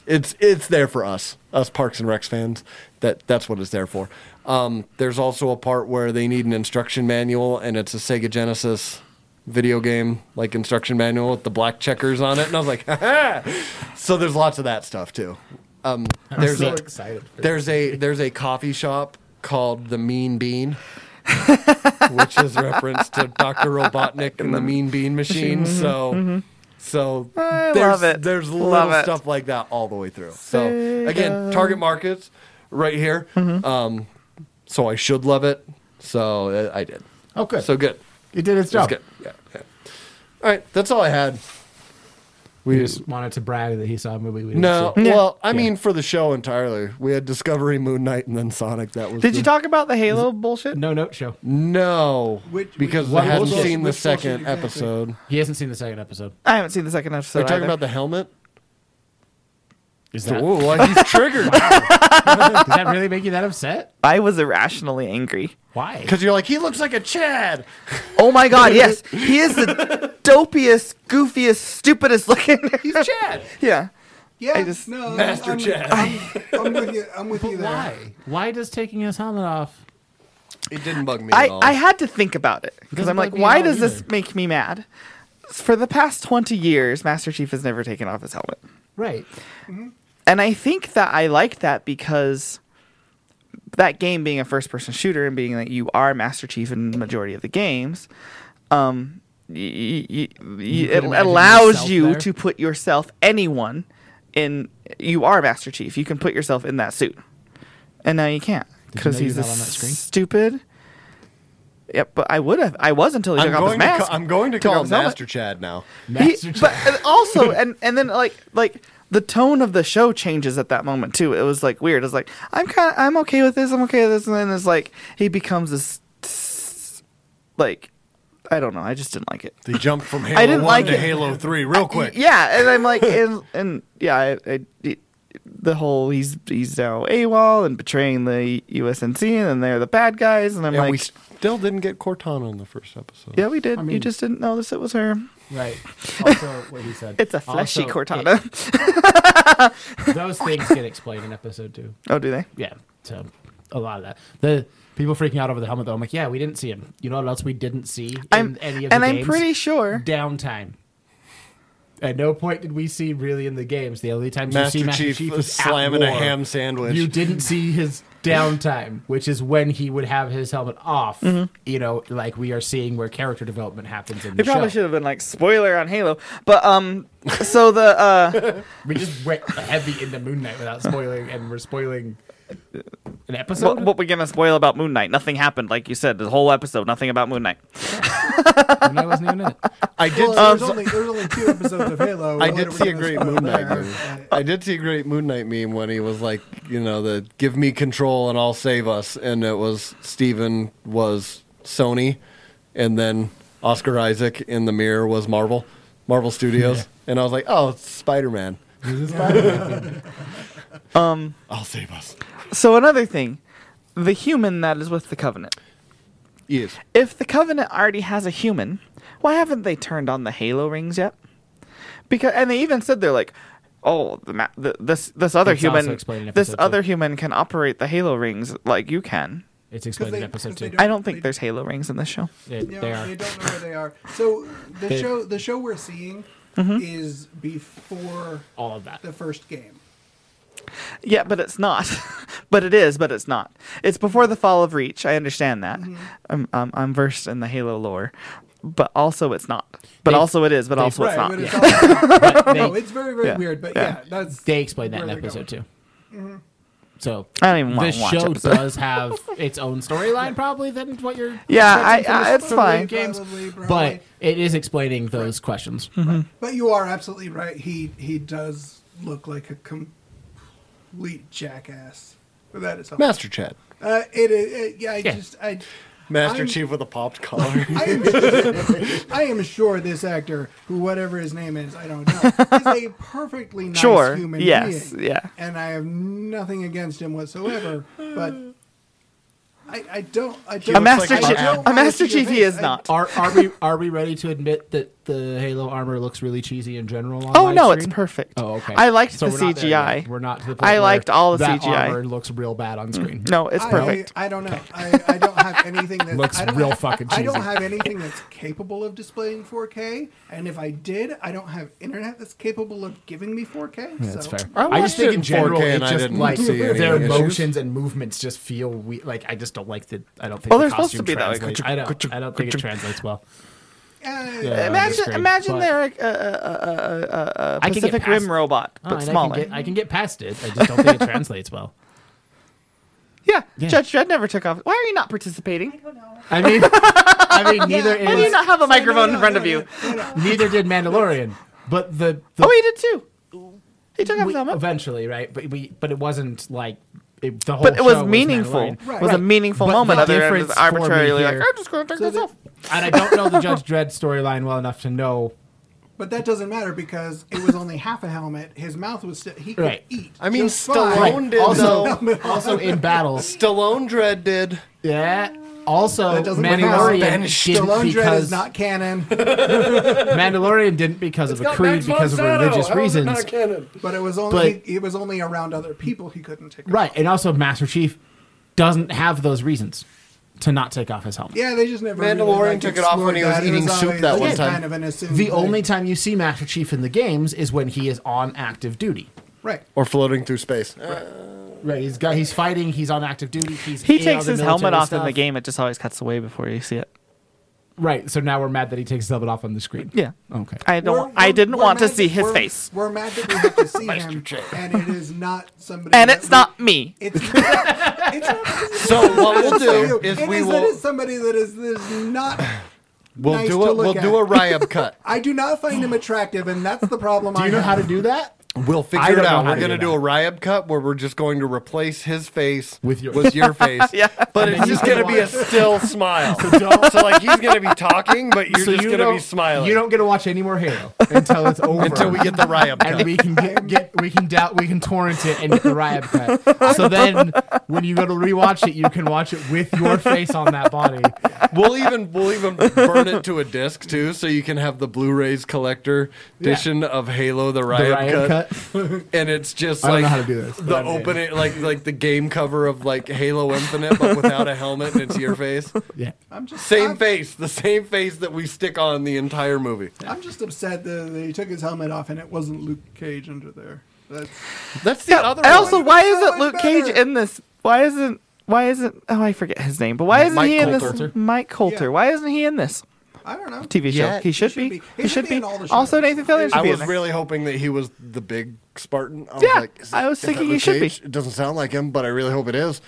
E: it's it's there for us, us Parks and Recs fans. That that's what it's there for. Um, there's also a part where they need an instruction manual, and it's a Sega Genesis video game like instruction manual with the black checkers on it, and I was like, "Ha-ha!" so there's lots of that stuff too. Um, there's
D: so
E: a,
D: excited for
E: There's a there's a coffee shop called the Mean Bean. which is reference to Dr. Robotnik and the Mean Bean Machine. So, so
A: Mm-hmm. I
E: there's,
A: love it.
E: there's little
A: Love it.
E: stuff like that all the way through. So again, target markets right here.
A: Mm-hmm.
E: Um, so I should love it. So uh, I did.
D: Oh, good.
E: So good.
D: it did its
E: It's
D: job.
E: good. Yeah, yeah. All right. That's all I had.
D: We just wanted to brag that he saw a movie. We didn't
E: No,
D: see.
E: well, I mean, for the show entirely, we had Discovery, Moon Knight, and then Sonic. That was
A: Did you
E: the-
A: talk about the Halo bullshit?
D: no note show.
E: No,
F: Which-
E: because
F: which-
E: I hadn't
D: which-
E: seen the
F: which bullshit
E: second
F: exactly?
E: episode.
D: He hasn't seen the second episode.
A: I haven't seen the second episode.
E: Are you talking
A: either.
E: about the helmet?
D: Is
E: So,
D: that,
E: ooh, well, he's triggered
D: does that really make you that upset?
A: I was irrationally angry.
D: Why?
E: because you're like he looks like a Chad.
A: Oh my god, yes. He is the dopiest, goofiest, stupidest looking.
E: He's Chad.
A: yeah.
F: Yeah,
A: I just-
F: no,
E: Master
F: I'm,
E: Chad.
F: I'm, I'm with you. I'm with you there.
D: Why? Why does taking his helmet off?
E: It didn't bug me
A: I,
E: at all.
A: I had to think about it because
D: Doesn't
A: I'm like,
D: bug me
A: why
D: at all
A: does this
D: either.
A: make me mad? For the past 20 years, Master Chief has never taken off his helmet.
D: Right.
A: And I think that I like that because that game being a first person shooter and being that you are Master Chief in the majority of the games, um, y- y- y- y- it
D: imagine
A: allows
D: yourself
A: you
D: there.
A: to put yourself, anyone, in. You are Master Chief. You can put yourself in that suit. And now you can't
D: Did you
A: because
D: know you
A: he's
D: were
A: a
D: not on that screen?
A: stupid. Yep, but I would have. I was until he
E: I'm
A: took off his
E: going, to
A: mask.
E: call, I'm going to
A: Took off
E: call
A: his helmet.
E: Master Chad now.
A: He-
D: Master
A: but
D: Chief.
A: and also and and then like like the tone of the show changes at that moment too it was like weird it's like i'm kind of i'm okay with this i'm okay with this and then it's like he becomes this like i don't know i just didn't like it
E: They jumped from Halo
A: didn't
E: 1
A: like
E: to
A: it.
E: Halo 3
D: Oh,
E: real quick.
A: yeah and i'm like and and yeah i, I it- the whole he's he's now AWOL and betraying the USNC and then they're the bad guys and I'm
E: and
A: like
E: we still didn't get Cortana in the first episode.
A: yeah we did
D: I
A: you
D: mean-
A: just didn't notice it was her
D: Right. Also, what he said.
A: it's a fleshy
D: Also,
A: Cortana
D: it- those things get explained in episode two.
A: oh do they
D: Yeah. So a lot of that. The people freaking out over the helmet though. I'm like, yeah, we didn't see him. You know what else we didn't see in
A: I'm
D: any of
A: and
D: the
A: I'm
D: games?
A: pretty sure
D: downtime. At no point did we see really in the games. The only times
E: Master
D: you see Master
E: Chief
D: Chief,
E: was
D: is at
E: slamming a
D: war.
E: ham sandwich.
D: You didn't see his downtime, which is when he would have his helmet off. You know, like we are seeing where character development happens in
A: Mm-hmm. They
D: the
A: probably
D: show.
A: should have been like spoiler on Halo, but um, so the uh,
D: We just went heavy into Moon Knight without spoiling, and we're spoiling an episode.
A: what, what we're gonna spoil about Moon Knight? Nothing happened, like you said, the whole episode, nothing about Moon Knight.
D: Moon Knight wasn't even in it.
E: I did.
F: Well,
A: Um,
F: there's only there's only two episodes of Halo.
E: Um, I
F: Why
E: did
F: do we
E: see a
F: wanna
E: great
F: spoil
E: Moon Knight
F: there?
E: meme. I did see a great Moon Knight meme when he was like, you know, the give me control and I'll save us. And it was Steven was Sony, and then Oscar Isaac in the mirror was Marvel, Marvel Studios. And I was like, oh, it's Spider Man.
A: Um,
E: I'll save us.
A: so another thing, the human that is with the Covenant.
E: Yes.
A: If the Covenant already has a human, why haven't they turned on the Halo rings yet? Because and they even said they're like, oh, the, ma- the this this other
D: It's also
A: human,
D: explained in
A: this
D: episode two.
A: other human can operate the Halo rings like you can.
D: It's explained in episode
F: 'cause they
D: two.
A: I don't think
F: They-
A: there's Halo rings in this show.
D: They,
F: Yeah,
D: they are.
F: they don't know where they are. So the
D: They-
F: show the show we're seeing is before
D: all of that.
F: the first game.
A: Yeah, but it's not. but it is, but it's not. It's before the fall of Reach. I understand that. I'm, I'm I'm versed in the Halo lore, but also it's not. But
D: They've-
A: also it is. But
D: they've-
A: also it's not.
F: but it's
A: Yeah.
F: all,
D: But
F: no,
D: they,
F: it's very very
A: Yeah.
F: weird. But
A: Yeah.
F: yeah, that's
D: they explained that in
F: where they're
D: episode two.
F: going.
D: So
A: I don't even wanna
D: the
A: watch
D: show
A: episode.
D: does have its own storyline, probably than what you're.
A: Yeah,
D: expecting
A: I-
D: from
A: I-
D: the-
A: it's
D: from the
A: fine.
D: Games,
F: Probably, probably.
D: but it is explaining those questions.
A: Mm-hmm.
F: But you are absolutely right. He he does look like a complete jackass. But that is helpful.
E: Master Chad.
F: Uh, it, it, it- yeah. I
D: Yeah.
F: just I
E: Master
F: I'm-
E: Chief with a popped collar.
F: I am, sure, I am sure this actor, who whatever his name is, I don't know, is a perfectly nice
A: Sure.
F: human
A: Yes.
F: being.
A: Yeah.
F: And I have nothing against him whatsoever, but I, I don't. I don't.
A: A Master
F: I
A: Chief,
F: don't
A: a
F: wanna
A: Master
F: see your
A: Chief he
F: face.
A: is
F: I-
A: not.
D: Are are we are we ready to admit that the Halo armor looks really cheesy in general? On
A: Oh
D: live
A: no,
D: stream?
A: it's perfect.
D: Oh okay.
A: I liked
D: So
A: the
D: we're not there yet.
A: CGI.
D: We're not. To the point
A: I
D: where
A: liked all the
D: that
A: CGI.
D: Armor looks real bad on screen.
A: Mm-hmm. No, it's
F: I-
A: perfect.
F: I, don't know. I, I don't have anything that
D: Looks
F: I don't
D: real
F: have-
D: fucking
F: I don't
D: cheesy.
F: have anything that's capable of displaying 4K, and if I did, I don't have internet that's capable of giving me 4K.
D: Yeah,
F: so
D: that's fair.
A: I
D: I just think in
E: watched it in
D: general,
E: 4K
D: it
E: and I
D: just
E: didn't
D: like
E: see any
D: their
E: issues.
D: motions and movements just feel we like I just don't like the. I don't think.
A: Well,
D: the
A: they're supposed
D: costume
A: to be that way.
D: translates- I don't. I don't think it translates well.
F: Uh,
D: Yeah, on the
A: imagine,
D: screen,
A: imagine
D: but
A: they're like a, a, a, a, a
D: I can get
A: Pacific
D: past-
A: Rim robot,
D: Oh,
A: but
D: and
A: smaller.
D: I can, get, I can get past it. I just don't think it translates well.
A: yeah,
D: Yeah.
A: Judge Dredd never took off. Why are you not participating?
G: don't know.
D: I mean, I mean, neither
A: Why do you
D: is
A: not have a microphone in front of you?
D: neither did Mandalorian, but the, the
A: Oh, he did too. He took off
D: we-
A: his helmet.
D: eventually, right? But we, but it wasn't like it, the whole.
A: But it was
D: show
A: meaningful.
D: Mandalorian.
A: It was a meaningful
D: But
A: moment.
D: the
A: Other than
D: difference
A: just
D: for me
A: arbitrarily like,
D: here-
A: I'm just going to take this off.
D: and I don't know the Judge Dredd storyline well enough to know.
F: But that doesn't matter because it was only half a helmet. His mouth was still. He could
D: Right.
F: eat.
E: I mean,
F: just fine.
E: Stallone Right. did,
D: Also,
F: though.
D: also in battles,
E: Stallone Dread did.
D: yeah. Also,
F: That doesn't matter.
D: Mandalorian
E: Spanish
D: didn't
F: Stallone Dread
D: because
F: is not canon,
D: Mandalorian didn't because of a creed, because of religious reasons.
F: but it was only
D: But-
F: it was only around other people he couldn't take. it.
D: Right, and also Master Chief doesn't have those reasons to not take off his helmet.
F: Yeah, they just never.
E: Mandalorian
F: really, like,
E: took it off when he was
F: explored that. It
E: eating soup
F: always,
E: that
F: like,
E: one time.
F: Kind of an assumed
D: The
F: thing.
D: only time you see Master Chief in the games is when he is on active duty.
F: right.
E: Or floating through space.
D: Right, he's got he's fighting, he's on active duty, he's
A: He
D: in all
A: takes
D: the
A: his helmet
D: military
A: off in
D: stuff.
A: the game. It just always cuts away before you see it.
D: Right, so now we're mad that he takes his helmet off on the screen.
A: Yeah.
D: Okay.
A: I don't.
F: We're-
A: want- I
F: we're-
A: didn't
F: we're
A: want to
F: mad
A: see
F: that-
A: his
F: we're-
A: face,
F: We're mad that we have to see him, and it is not somebody.
A: and
F: that
A: it's
F: we-
A: not me.
F: It's not. It's not
E: So what we'll do
F: you.
E: is
F: It
E: we
F: is-
E: will
F: It is somebody that is, that is not.
E: we'll
F: nice
E: do
F: to
E: a
F: look
E: we'll
F: at.
E: do a Ryab cut.
F: I do not find him attractive, and that's the problem.
D: Do
F: I
D: you know
F: have.
D: how to do that?
E: We'll
D: I
E: figure
D: don't
E: it
D: know
E: out.
D: how
E: We're
D: to
E: gonna
D: do
E: do a Ryab cut where we're just going to replace his face
D: With yours.
E: with your face.
A: Yeah.
E: But it's
D: then
E: just
D: you
E: gonna be a
D: watch-
E: still smile. so like he's gonna be talking, but you're just gonna
D: don't-
E: be smiling.
D: You don't get to watch any more Halo until it's over.
E: until we get the Ryab
D: and
E: cut.
D: we can get, get we can doubt we can torrent it and get the riot cut. So then when you go to rewatch it, you can watch it with your face on that body.
E: we'll even we'll even burn it to a disc too, so you can have the Blu-rays collector edition of Halo the
D: The
E: Riot,
D: riot
E: cut,
D: cut.
E: and it's just
D: I don't
E: like
D: know how to do this, but
E: the
D: I'm good.
E: opening like like the game cover of like Halo Infinite, but without a helmet, and it's your face.
D: Yeah.
F: I'm just
E: Same
F: I'm,
E: face, the same face that we stick on the entire movie.
F: I'm just upset that they took his helmet off, and it wasn't Luke Cage under there. That's
E: That's the
A: Yeah,
E: other
A: and also,
E: one.
A: why
F: So
A: isn't
F: much
A: Luke
F: better.
A: Cage in this? Why isn't? Why isn't? Oh, I forget his name. But why isn't
E: Mike
A: he in
E: Coulter.
A: this? Mike Coulter.
F: Yeah.
A: Why isn't he in this
F: I don't know.
A: TV show?
E: Yeah,
A: he should
F: should
A: be.
F: be.
A: He should be.
F: in all the
A: Also,
F: shows.
A: Nathan Fillion should
E: I
A: be in
E: was
A: this.
E: really hoping that he was the big Spartan. I was
A: Yeah,
E: like, is
A: I
E: it-
A: was
E: is
A: thinking
E: that
A: he
E: Luke
A: should be. Mm-hmm.
E: Cage? It doesn't sound like him, but I really hope it is.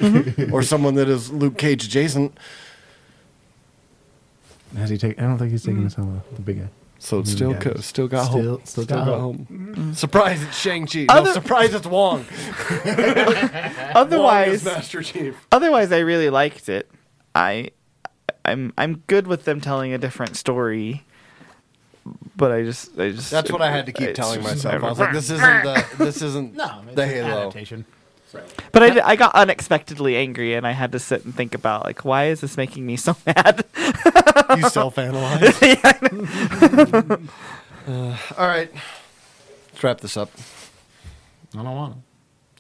E: or someone that is Luke Cage adjacent.
D: Has he take I don't think he's taking his helmet off, the big guy.
E: So it's still, co- Mm, still got hope.
D: Still still got hope.
E: Surprise! It's Shang Chi.
A: Other-
E: No, surprise! It's Wong. Wong is
A: Otherwise,
E: Master Chief.
A: otherwise, I really liked it. I, I'm, I'm good with them telling a different story. But I just, I just.
E: That's what I had to keep
A: it's
E: telling
A: just-
E: myself. I was like, this isn't the this isn't
D: No, it's
E: the
D: an
E: Halo.
D: adaptation.
A: But I, did- I got unexpectedly angry, and I had to sit and think about like, why is this making me so mad?
E: You self-analyze. Uh, all right, let's wrap this up.
D: I don't want him.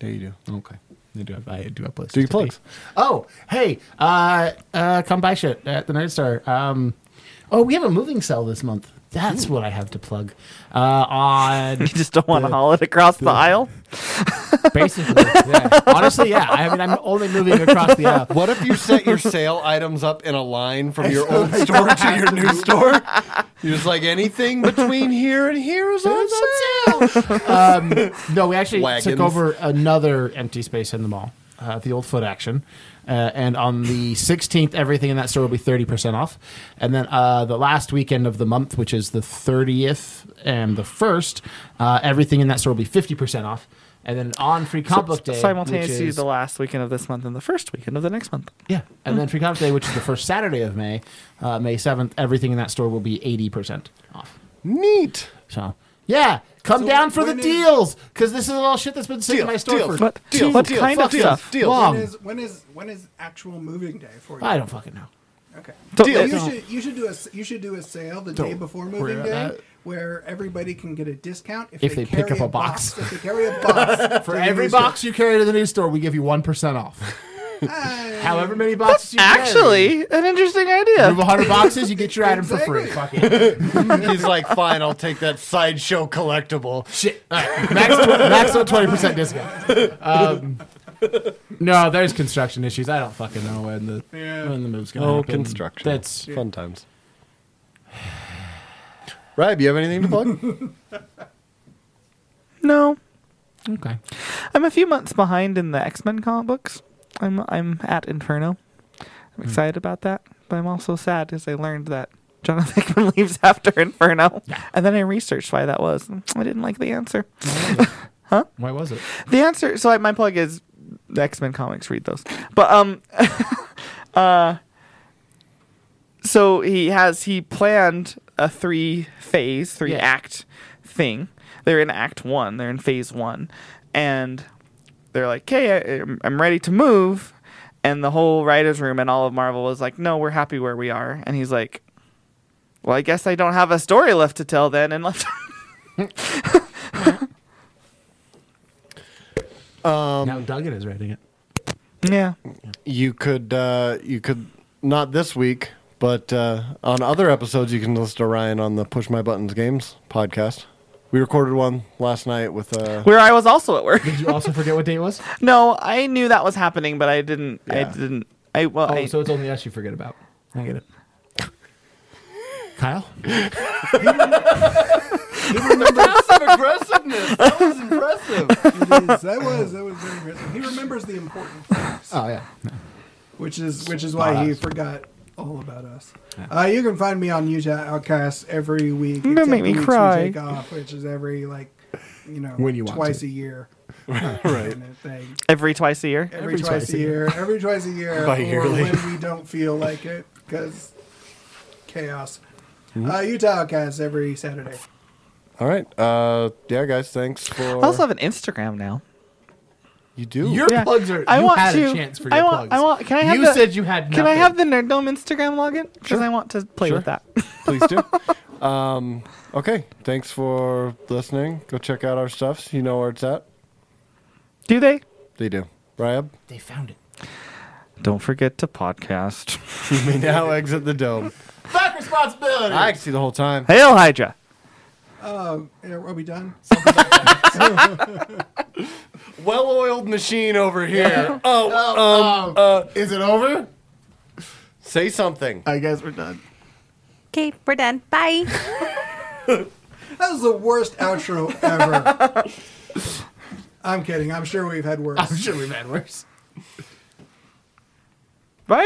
E: There you do.
D: Okay. I do have, I do have places.
E: Do your
D: to be.
E: plugs.
D: Oh, hey, uh, uh, come buy shit at the Nerd Star. Um, oh, we have a moving cell this month. That's what I have to plug. Uh, on
A: you just don't want to haul it across the aisle.
D: basically, yeah. honestly, yeah. I mean, I'm only moving across the aisle.
E: What if you set your sale items up in a line from your old store to your new store? You're just like anything between here and here is on sale.
D: um, no, we actually took
E: Wagons.
D: over another empty space in the mall, uh, the old Foot Action. Uh, and on the 16th, everything in that store will be 30% off. And then uh, the last weekend of the month, which is the 30th and the 1st, uh, everything in that store will be 50% off. And then on Free Comic Book Day,
A: Simultaneously,
D: which is-
A: the last weekend of this month and the first weekend of the next month.
D: yeah, and then Free Comic Book Day, which is the first Saturday of May, uh, May 7th, everything in that store will be 80% off.
E: Neat.
D: So Yeah, come
F: So
D: down for the
F: when is-
D: deals because this is all shit that's been sitting in my store
E: deals,
D: for
A: What, what kind of stuff?
D: long.
F: When is when is when is actual moving day for you?
D: Um, I don't fucking know.
F: Okay.
A: So
E: Deal.
A: it's-
F: You should you should do a s- you should do a sale the day before
D: worry
F: moving
D: about
F: day
D: that.
F: where everybody can get a discount if,
D: If they pick up
F: carry
D: a box.
F: If they carry a box
D: For
F: to the
D: every
F: new store.
D: box you carry to the news store, we give you one percent off. However many boxes you carry,
A: actually an interesting idea.
D: move hundred boxes, you get your item for free. Fuck it.
E: He's like, fine, I'll take that sideshow collectible.
D: Shit. All right. Max, tw- max out twenty percent discount. Um, no, there's construction issues. I don't fucking know when the
F: Yeah.
D: when the move's gonna
E: Oh,
D: happen.
E: construction.
D: That's
E: Fun times. Rab, you have anything to plug?
A: No,
D: okay.
A: I'm a few months behind in the X Men comic books. I'm I'm at Inferno. I'm excited about that, but I'm also sad as I learned that Jonathan Hickman leaves after Inferno, and then I researched why that was. I didn't like the answer.
D: Why was it?
A: The answer. So I, my plug is X Men comics. Read those. But um, uh, so he has he planned a three phase, three
D: Yeah.
A: act thing. They're in Act One. They're in Phase One, and they're like, "Hey, I, I'm ready to move." And the whole writers' room and all of Marvel was like, "No, we're happy where we are." And he's like, "Well, I guess I don't have a story left to tell then," and left.
E: Um,
D: now Duggan is writing it.
A: yeah.
E: you could, uh, you could not this week, but uh, on other episodes, you can listen to Ryan on the Push My Buttons Games podcast. We recorded one last night with. Uh,
A: Where I was also at work.
D: Did you also forget what day it was?
A: No, I knew that was happening, but I didn't. I
E: Yeah.
A: didn't. I well,
D: Oh,
A: I,
D: so it's only us you forget about. I get it. Kyle?
E: some aggressiveness. That was impressive.
F: It is. That was that was very impressive. He remembers the important things,
D: Oh, yeah.
F: which is which is why he forgot all about us. Uh, you can find me on Utah Outcast every week.
A: Don't
F: except
A: make
F: the
A: me
F: weeks we
A: cry.
F: Take off, which is every like you know
D: When you want
F: twice
D: to.
F: a year. right. Thing.
A: every twice a year.
F: Every, twice, a year. Every twice a year.
E: Bi-yearly.
F: Or when we don't feel like it because chaos. Uh, Utah Outcast every Saturday.
E: All right. Uh, yeah, guys, thanks for.
A: I also have an Instagram now.
E: you do.
D: Your
A: Yeah.
D: plugs are.
A: I
D: you
A: want
D: had
A: to-
D: a chance for your
A: I want-
D: plugs.
A: I want- can I have
D: you
A: the-
D: said you had.
A: Can I
D: nothing.
A: have the Nerddome Instagram login? Because I want to play
E: Sure.
A: with that.
E: please do. Um, okay, thanks for listening. Go check out our stuffs. You know where it's at.
A: Do they?
E: They do. Rab,
D: They found it.
A: Don't forget to podcast.
E: you may now exit the dome.
D: Fuck responsibility.
E: I can see the whole time.
A: Hail Hydra.
F: Oh, are we done?
E: Well-oiled machine over here. Oh, um, uh, is it over? Say something.
D: I guess we're done.
G: Okay, we're done. Bye.
F: That was the worst outro ever. I'm kidding. I'm sure we've had worse.
D: I'm sure we've had worse.